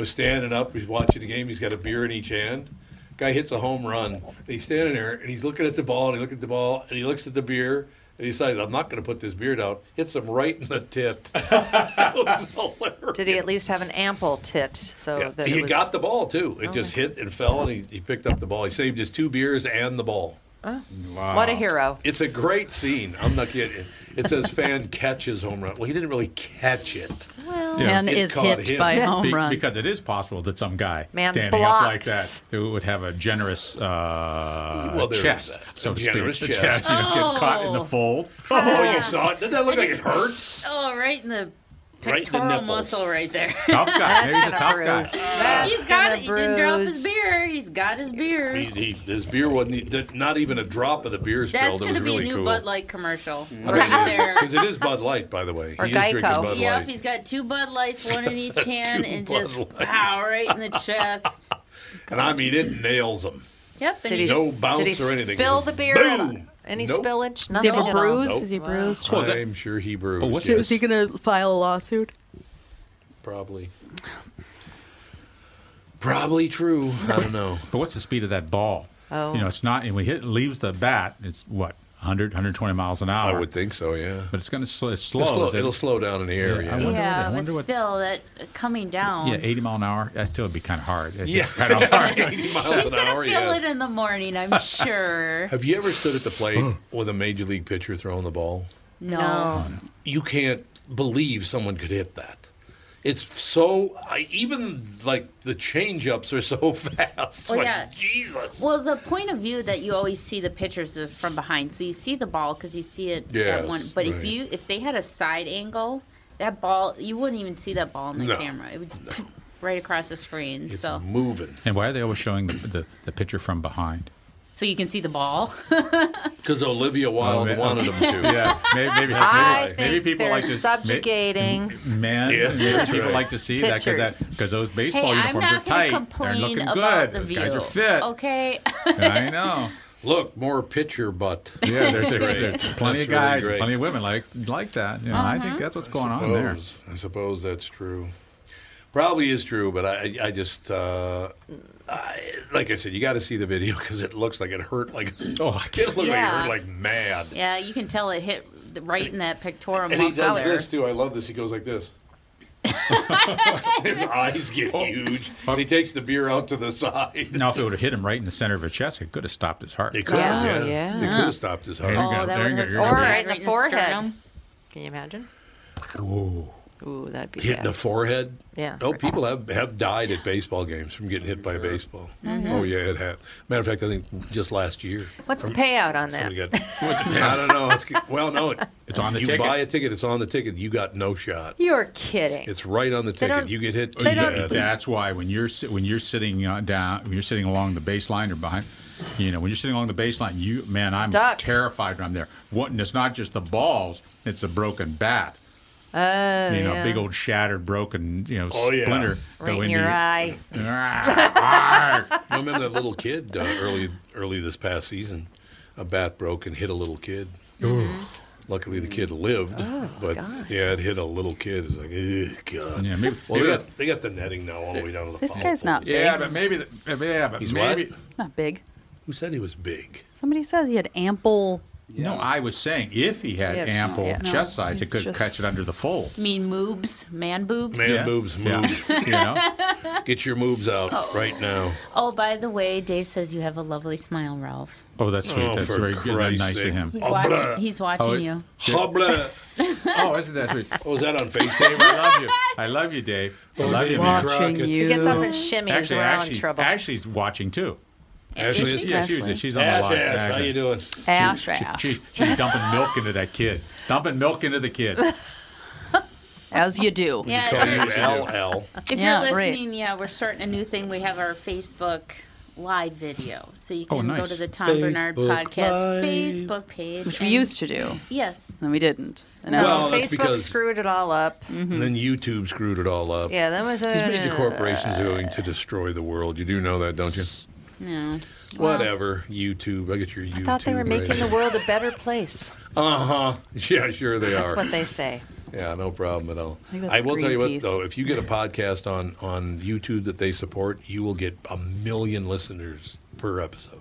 Speaker 2: Was standing up. He's watching the game. He's got a beer in each hand. Guy hits a home run. He's standing there and he's looking at the ball and he looks at the ball and he looks at the beer and he decides, I'm not going to put this beer down. Hits him right in the tit.
Speaker 3: Did he at least have an ample tit? So that it
Speaker 2: he
Speaker 3: was, Oh,
Speaker 2: got the ball too. It just hit and fell and he, he picked up the ball. He saved his two beers and the ball.
Speaker 3: Oh. What a hero.
Speaker 2: It's a great scene. I'm not kidding. It says fan catches home run. Well, he didn't really catch it.
Speaker 3: Well,
Speaker 6: Yeah.
Speaker 7: And
Speaker 2: It
Speaker 7: is
Speaker 2: caught
Speaker 7: hit
Speaker 2: him.
Speaker 7: by a home
Speaker 6: Be-
Speaker 7: run.
Speaker 6: Because it is possible that some guy
Speaker 3: Man
Speaker 6: standing up like
Speaker 3: blocks.
Speaker 6: that who would have a generous uh,
Speaker 2: Well, there is
Speaker 6: chest,
Speaker 2: that.
Speaker 6: so
Speaker 2: A
Speaker 6: to
Speaker 2: generous
Speaker 6: speak.
Speaker 2: chest.
Speaker 6: you know, getting caught in the
Speaker 4: Oh.
Speaker 6: fold.
Speaker 2: Oh, you saw it? Didn't that look like it hurt?
Speaker 4: Oh, right in the
Speaker 2: Right in the
Speaker 4: pectoral
Speaker 2: nipple.
Speaker 4: muscle right there.
Speaker 6: Tough guy. Maybe he's a
Speaker 3: That's
Speaker 6: tough
Speaker 3: gonna
Speaker 6: guy.
Speaker 3: bruise. That's
Speaker 4: He's got
Speaker 3: gonna
Speaker 4: it. He didn't drop
Speaker 3: bruise.
Speaker 4: his beer. He's got his beer.
Speaker 2: He, he, his beer wasn't th- not even a drop of the beer
Speaker 4: That's
Speaker 2: spilled. It
Speaker 4: going
Speaker 2: was
Speaker 4: to be a
Speaker 2: really
Speaker 4: new
Speaker 2: cool. Mm.
Speaker 4: Bud Light commercial.
Speaker 2: I
Speaker 4: Right
Speaker 2: mean,
Speaker 4: there.
Speaker 2: because it is Bud Light, by the way.
Speaker 3: Or
Speaker 2: he is drinking
Speaker 3: Geico.
Speaker 2: Bud
Speaker 4: Yep,
Speaker 2: Light.
Speaker 4: he's got two Bud Lights, one in each hand,
Speaker 2: Two
Speaker 4: and
Speaker 2: Bud
Speaker 4: just
Speaker 2: Lights.
Speaker 4: pow right in the chest.
Speaker 2: And I mean, it nails him.
Speaker 4: Yep, and
Speaker 3: Did
Speaker 4: he,
Speaker 3: he,
Speaker 2: No bounce
Speaker 3: did he
Speaker 2: or anything.
Speaker 3: spill the beer?
Speaker 2: Boom!
Speaker 3: Any
Speaker 2: Nope.
Speaker 3: spillage?
Speaker 7: Does he
Speaker 3: Nothing
Speaker 7: have a
Speaker 3: at all.
Speaker 7: bruise?
Speaker 2: Nope. Oh,
Speaker 7: Is he bruised?
Speaker 2: I'm sure he brews.
Speaker 6: Oh, what's
Speaker 2: yes,
Speaker 6: this?
Speaker 7: Is he going to file a lawsuit?
Speaker 2: Probably. Probably true. I don't know.
Speaker 6: But what's the speed of that ball?
Speaker 3: Oh.
Speaker 6: You know, it's not, and when it leaves the bat, it's what, 100, 120 miles an
Speaker 2: I
Speaker 6: hour?
Speaker 2: would think so. Yeah.
Speaker 6: But it's going to slow. It's slow.
Speaker 2: It'll slow,
Speaker 6: Is it-
Speaker 2: it'll slow down in the air.
Speaker 6: Yeah, I
Speaker 2: Yeah.
Speaker 6: wonder-
Speaker 4: yeah,
Speaker 6: wonder
Speaker 4: but
Speaker 6: what-
Speaker 4: still that coming down.
Speaker 6: yeah, 80 mile an hour. That still would be kind of hard. It'd be
Speaker 2: Yeah.
Speaker 6: kind of hard.
Speaker 2: 80 miles
Speaker 4: He's
Speaker 2: an
Speaker 4: gonna
Speaker 2: hour.
Speaker 4: feel
Speaker 2: yeah.
Speaker 4: it in the morning, I'm sure.
Speaker 2: Have you ever stood at the
Speaker 6: Hmm.
Speaker 2: plate with a major league pitcher throwing the ball?
Speaker 4: No.
Speaker 3: No.
Speaker 2: you can't believe someone could hit that. It's so I, even like the change ups are so fast. It's
Speaker 4: Well,
Speaker 2: like
Speaker 4: yeah.
Speaker 2: Jesus.
Speaker 4: Well, the point of view that you always see the pictures of from behind, so you see the ball because you see it.
Speaker 2: Yes,
Speaker 4: that one. But
Speaker 2: right.
Speaker 4: if you if they had a side angle, that ball you wouldn't even see that ball in the
Speaker 2: No.
Speaker 4: camera. It would right across the screen.
Speaker 2: it's
Speaker 4: so
Speaker 2: moving
Speaker 6: and why are they always showing the, the, the picture from behind?
Speaker 4: so you can see the ball.
Speaker 2: because Olivia Wilde
Speaker 6: Oh, man.
Speaker 2: wanted them to.
Speaker 6: Yeah, maybe maybe,
Speaker 3: I
Speaker 2: Maybe
Speaker 3: think they're subjugating.
Speaker 6: Man,
Speaker 2: Yes,
Speaker 6: maybe
Speaker 2: that's
Speaker 6: people
Speaker 2: right.
Speaker 6: like to see that 'cause that because those baseball
Speaker 4: hey, I'm
Speaker 6: uniforms
Speaker 4: not
Speaker 6: are
Speaker 4: gonna
Speaker 6: tight. They're
Speaker 4: complain
Speaker 6: looking
Speaker 4: about
Speaker 6: good.
Speaker 4: the
Speaker 6: those
Speaker 4: view.
Speaker 6: guys are fit.
Speaker 4: Okay.
Speaker 6: I know.
Speaker 2: Look, more pitcher butt.
Speaker 6: Yeah, there's, there's, there's plenty
Speaker 2: That's
Speaker 6: of guys,
Speaker 2: really great.
Speaker 6: plenty of women like like that. You know, I
Speaker 4: Uh-huh.
Speaker 6: think that's what's going on there.
Speaker 2: suppose, I suppose that's true. Probably is true, but I, I just, uh, I, like I said, you got to see the video because it looks like it hurt like
Speaker 6: Oh, I
Speaker 2: it looked like it
Speaker 4: Yeah.
Speaker 2: hurt like mad.
Speaker 4: yeah, you can tell it hit right in that
Speaker 2: And
Speaker 4: pectoral
Speaker 2: he does
Speaker 4: muscle. there.
Speaker 2: this too. I love this. He goes like this. His eyes get
Speaker 6: Oh.
Speaker 2: huge. And he takes the beer out to the side.
Speaker 6: Now, if it would have hit him right in the center of his chest, it could have stopped his heart.
Speaker 2: They could have, yeah.
Speaker 3: Yeah, yeah.
Speaker 2: They could have stopped his
Speaker 6: There you
Speaker 2: heart.
Speaker 6: go.
Speaker 4: Oh, that
Speaker 6: there you
Speaker 4: would
Speaker 6: go.
Speaker 4: hurt
Speaker 6: You're
Speaker 4: so
Speaker 6: gonna
Speaker 3: Or
Speaker 6: be-
Speaker 4: bad
Speaker 3: right in the forehead.
Speaker 4: sternum.
Speaker 3: Can you imagine?
Speaker 6: Ooh.
Speaker 3: Ooh, that'd be
Speaker 2: Hit
Speaker 3: bad.
Speaker 2: the forehead.
Speaker 3: Yeah.
Speaker 2: No, people have, have died at baseball games from getting hit by a baseball. Oh yeah, it happened. Matter of fact, I think just last year.
Speaker 3: Mm-hmm. What's the payout on that?
Speaker 2: somebody got- I don't know. It's, well, no, it,
Speaker 6: It's on the
Speaker 2: you
Speaker 6: ticket.
Speaker 2: buy a ticket. It's on the ticket. You got no shot.
Speaker 3: You're kidding.
Speaker 2: It's right on the ticket.
Speaker 3: don't-
Speaker 2: You get hit.
Speaker 3: they
Speaker 2: too
Speaker 3: don't-
Speaker 2: bad.
Speaker 6: That's why when you're si- when you're sitting uh, down, when you're sitting along the baseline or behind, you know, when you're sitting along the baseline, you man, I'm
Speaker 3: Duck.
Speaker 6: terrified when I'm there. What? And it's not just the balls; it's the broken bat.
Speaker 3: Oh,
Speaker 6: you know,
Speaker 3: yeah.
Speaker 6: big old shattered, broken, you know,
Speaker 2: Oh, yeah.
Speaker 6: splinter.
Speaker 3: right in your eye.
Speaker 6: Ah. eye.
Speaker 2: I remember that little kid uh, early early this past season. A bat broke and hit a little kid.
Speaker 4: Mm-hmm.
Speaker 2: Luckily, the kid lived,
Speaker 4: Oh,
Speaker 2: but yeah, it hit a little kid. It's like, "Ugh, God.
Speaker 6: Yeah, maybe-
Speaker 2: well, they got, they got the netting now all the way down to the.
Speaker 7: This
Speaker 2: foul
Speaker 7: guy's
Speaker 2: pole.
Speaker 7: not big.
Speaker 6: yeah, but maybe, the, yeah, but
Speaker 2: He's
Speaker 6: maybe.
Speaker 2: what?
Speaker 7: Not big.
Speaker 2: Who said he was big?
Speaker 7: Somebody says he had ample.
Speaker 6: No, I was saying if he had
Speaker 3: Yeah,
Speaker 6: ample
Speaker 3: yeah.
Speaker 6: chest
Speaker 7: No,
Speaker 6: size, it
Speaker 7: he's
Speaker 6: could
Speaker 7: just-
Speaker 6: catch it under the fold.
Speaker 4: Mean moobs, man boobs.
Speaker 2: Man
Speaker 6: Yeah.
Speaker 2: moves,
Speaker 6: Yeah.
Speaker 2: moves.
Speaker 6: You know,
Speaker 2: Get your moves out right now.
Speaker 4: Oh, by the way, Dave says you have a lovely smile, Ralph.
Speaker 6: oh, that's sweet.
Speaker 2: Oh,
Speaker 6: that's
Speaker 2: for
Speaker 6: very good. That's
Speaker 2: Christ's
Speaker 6: nice
Speaker 2: sake.
Speaker 6: of him.
Speaker 4: He's,
Speaker 2: Oh,
Speaker 4: watch-
Speaker 2: bruh.
Speaker 4: he's
Speaker 6: Oh,
Speaker 4: watching
Speaker 6: it's-
Speaker 4: you.
Speaker 2: Hubble.
Speaker 6: Oh, isn't that sweet?
Speaker 2: Oh, is that on
Speaker 6: Dave,
Speaker 2: FaceTime?
Speaker 6: I love you. I love you, Dave. I love you.
Speaker 2: David
Speaker 6: man.
Speaker 2: Crockett.
Speaker 3: He gets up and shimmies.
Speaker 6: Actually,
Speaker 3: We're all in
Speaker 6: actually,
Speaker 3: trouble.
Speaker 6: Ashley's watching too.
Speaker 2: Ashley,
Speaker 6: She's,
Speaker 2: is-
Speaker 6: yeah, she's,
Speaker 7: Ashley.
Speaker 6: she's on the
Speaker 2: Ash,
Speaker 6: line.
Speaker 2: Ash, how
Speaker 6: Ashley.
Speaker 2: you doing?
Speaker 7: Ash,
Speaker 6: She-
Speaker 7: ash.
Speaker 6: she- she's dumping milk into that kid. Dumping milk into the kid.
Speaker 7: As you do.
Speaker 4: Yeah,
Speaker 2: Call
Speaker 4: if-
Speaker 2: you LL.
Speaker 4: if
Speaker 7: Yeah,
Speaker 4: you're
Speaker 7: right.
Speaker 4: listening, yeah, we're starting a new thing. We have our Facebook live video. So you
Speaker 7: Oh,
Speaker 4: can go
Speaker 7: nice.
Speaker 4: to the Tom Bernard
Speaker 7: Facebook
Speaker 4: Podcast
Speaker 7: Live.
Speaker 4: Facebook page.
Speaker 7: Which we
Speaker 4: and-
Speaker 7: used to do.
Speaker 4: Yes.
Speaker 7: And we didn't. And
Speaker 3: No,
Speaker 7: now-
Speaker 2: Well, that's
Speaker 3: Facebook
Speaker 2: because-
Speaker 3: screwed it all up.
Speaker 2: And then YouTube screwed it all up.
Speaker 3: Mm-hmm. Yeah, that was a-
Speaker 2: These major corporations are going to destroy the world. You do know that, don't you?
Speaker 4: No.
Speaker 2: Whatever. YouTube. I get your YouTube.
Speaker 3: I thought they were making the world a better place.
Speaker 2: Uh huh. Yeah, sure they
Speaker 3: That's
Speaker 2: are.
Speaker 3: what they say.
Speaker 2: Yeah, no problem at all.
Speaker 3: I think that's
Speaker 2: I will tell you what
Speaker 3: Greenpeace.
Speaker 2: though, if you get a podcast on on YouTube that they support, you will get a million listeners per episode.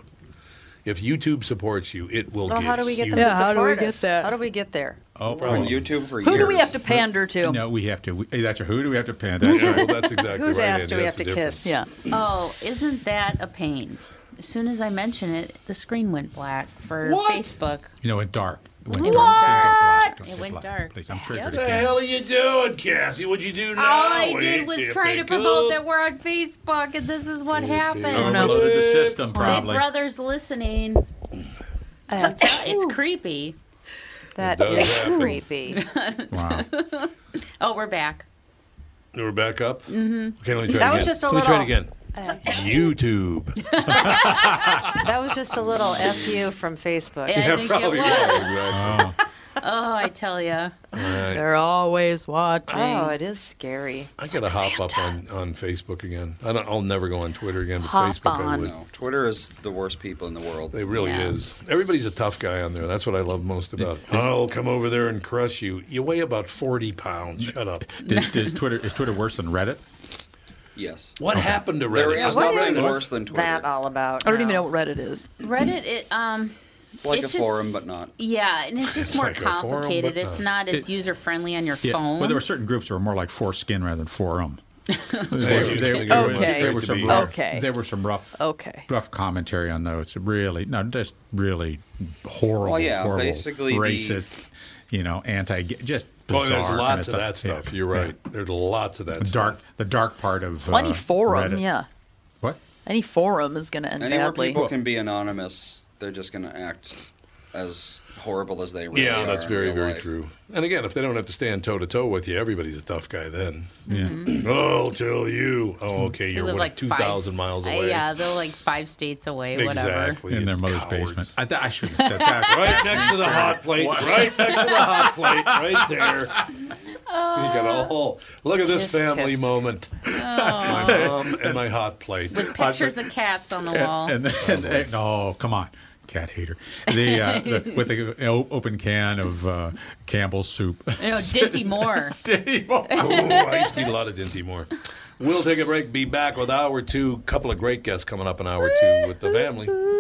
Speaker 2: If YouTube supports you, it will
Speaker 3: Well,
Speaker 2: get
Speaker 3: how do we get them
Speaker 2: huge.
Speaker 3: to support us? How do we get there?
Speaker 6: Oh,
Speaker 2: From
Speaker 6: YouTube for
Speaker 7: Who do we have to pander to?
Speaker 6: No, we have to. We, hey, that's right. Who do we have to pander?
Speaker 2: Yeah, well, that's exactly
Speaker 3: Whose right, ass Andy, do we that's have the to
Speaker 7: kiss? difference.
Speaker 4: Oh, isn't that a pain? As soon as I mention it, the screen went black for
Speaker 7: What?
Speaker 4: Facebook.
Speaker 6: You know, it dark. It went dark. Don't
Speaker 4: It went
Speaker 6: go black.
Speaker 4: dark.
Speaker 6: Don't
Speaker 4: It
Speaker 6: go
Speaker 4: went
Speaker 6: black.
Speaker 4: dark.
Speaker 6: Please, I'm
Speaker 2: What
Speaker 6: triggered
Speaker 2: the
Speaker 6: again.
Speaker 2: hell are you doing, Cassie? What'd you do now?
Speaker 4: All I
Speaker 2: Ain't
Speaker 4: did was
Speaker 2: you
Speaker 4: try
Speaker 2: pick
Speaker 4: to
Speaker 2: up?
Speaker 4: promote that we're on Facebook, and this is what happened.
Speaker 6: Overloaded the system,
Speaker 4: Big
Speaker 6: Oh, probably.
Speaker 4: Brother's listening. I'm tell- it's creepy.
Speaker 3: That
Speaker 2: It does is happen.
Speaker 3: creepy.
Speaker 6: Wow.
Speaker 4: oh, we're back.
Speaker 2: We're back up.
Speaker 4: Mhm.
Speaker 2: Okay, let me try
Speaker 3: That
Speaker 2: it again.
Speaker 3: was just a
Speaker 2: let me try it
Speaker 3: little-
Speaker 2: again. YouTube.
Speaker 4: Oh,
Speaker 3: That was just a little fu from Facebook.
Speaker 4: Yeah, I Yeah, think it probably was. was.
Speaker 2: Exactly.
Speaker 4: Oh, I tell ya.
Speaker 7: They're always watching.
Speaker 3: Oh, it is scary.
Speaker 2: I gotta hop up on, on Facebook again. I don't. I'll never go on Twitter again, but
Speaker 3: Hop
Speaker 2: Facebook I
Speaker 3: on.
Speaker 2: would.
Speaker 5: No, Twitter is the worst people in the world.
Speaker 2: It really is. Everybody's a tough guy on there. That's what I love most about. I'll come over there and crush you. You weigh about forty pounds. Shut up.
Speaker 6: Does, does Twitter is Twitter worse than Reddit?
Speaker 5: Yes.
Speaker 2: What happened to
Speaker 5: There
Speaker 2: Reddit?
Speaker 5: is
Speaker 2: What
Speaker 5: nothing
Speaker 2: is
Speaker 5: worse than Twitter.
Speaker 3: That all about.
Speaker 7: I don't even know what Reddit is.
Speaker 4: Reddit, it um,
Speaker 5: It's like a
Speaker 4: just-
Speaker 5: forum, but not.
Speaker 4: Yeah, and it's just
Speaker 6: It's
Speaker 4: more
Speaker 6: like a forum,
Speaker 4: complicated.
Speaker 6: but
Speaker 4: it's
Speaker 6: not-
Speaker 4: not as
Speaker 6: It-
Speaker 4: user friendly on your
Speaker 6: Yeah.
Speaker 4: phone.
Speaker 6: Well, there were certain groups that were more like foreskin rather than forum.
Speaker 2: Thank you.
Speaker 7: Okay.
Speaker 6: There were some
Speaker 7: Okay.
Speaker 6: rough,
Speaker 7: Okay.
Speaker 6: There were some rough,
Speaker 7: Okay.
Speaker 6: rough commentary on those. Really, no, just really horrible,
Speaker 5: Well, yeah,
Speaker 6: horrible,
Speaker 5: basically the-
Speaker 6: racist, you know, anti, just bizarre.
Speaker 2: Oh, there's
Speaker 6: kind
Speaker 2: lots of
Speaker 6: stuff.
Speaker 2: that stuff. You're
Speaker 6: Yeah.
Speaker 2: right. There's lots of that.
Speaker 6: The
Speaker 2: Stuff.
Speaker 6: dark, the dark part of
Speaker 7: Any
Speaker 6: uh,
Speaker 7: forum,
Speaker 6: Reddit.
Speaker 7: yeah.
Speaker 6: What?
Speaker 7: Any forum is going to end
Speaker 5: Anywhere
Speaker 7: badly.
Speaker 5: people can be anonymous, they're just going to act as horrible as they really are.
Speaker 2: yeah, that's
Speaker 5: in
Speaker 2: very,
Speaker 5: real
Speaker 2: very
Speaker 5: life.
Speaker 2: true. And again, if they don't have to stand toe to toe with you, everybody's a tough guy then. Mm-hmm.
Speaker 6: Yeah.
Speaker 2: I'll tell you. Oh, okay,
Speaker 4: Mm-hmm. They
Speaker 2: you're
Speaker 4: live
Speaker 2: what,
Speaker 4: like
Speaker 2: two
Speaker 4: five
Speaker 2: thousand
Speaker 4: s-
Speaker 2: miles
Speaker 4: uh,
Speaker 2: away.
Speaker 4: yeah, they're like five states away, whatever.
Speaker 2: Exactly.
Speaker 6: In their mother's basement. I, th- I should have said that.
Speaker 2: Right next to the hot plate.
Speaker 6: What?
Speaker 2: Right next to the hot plate. Right there. You got
Speaker 4: Uh,
Speaker 2: all. Look at this
Speaker 4: Kiss,
Speaker 2: family
Speaker 4: kiss.
Speaker 2: moment. My mom and my hot plate.
Speaker 4: Oh. With pictures of cats on the wall.
Speaker 6: And, and, then and- oh, come on, cat hater. The, uh, the with the o- open can of uh, Campbell's soup.
Speaker 4: you know, Dinty Moore.
Speaker 2: Oh, I used to eat a lot of Dinty Moore. We'll take a break. Be back with hour two. Couple of great guests coming up in hour two with the family.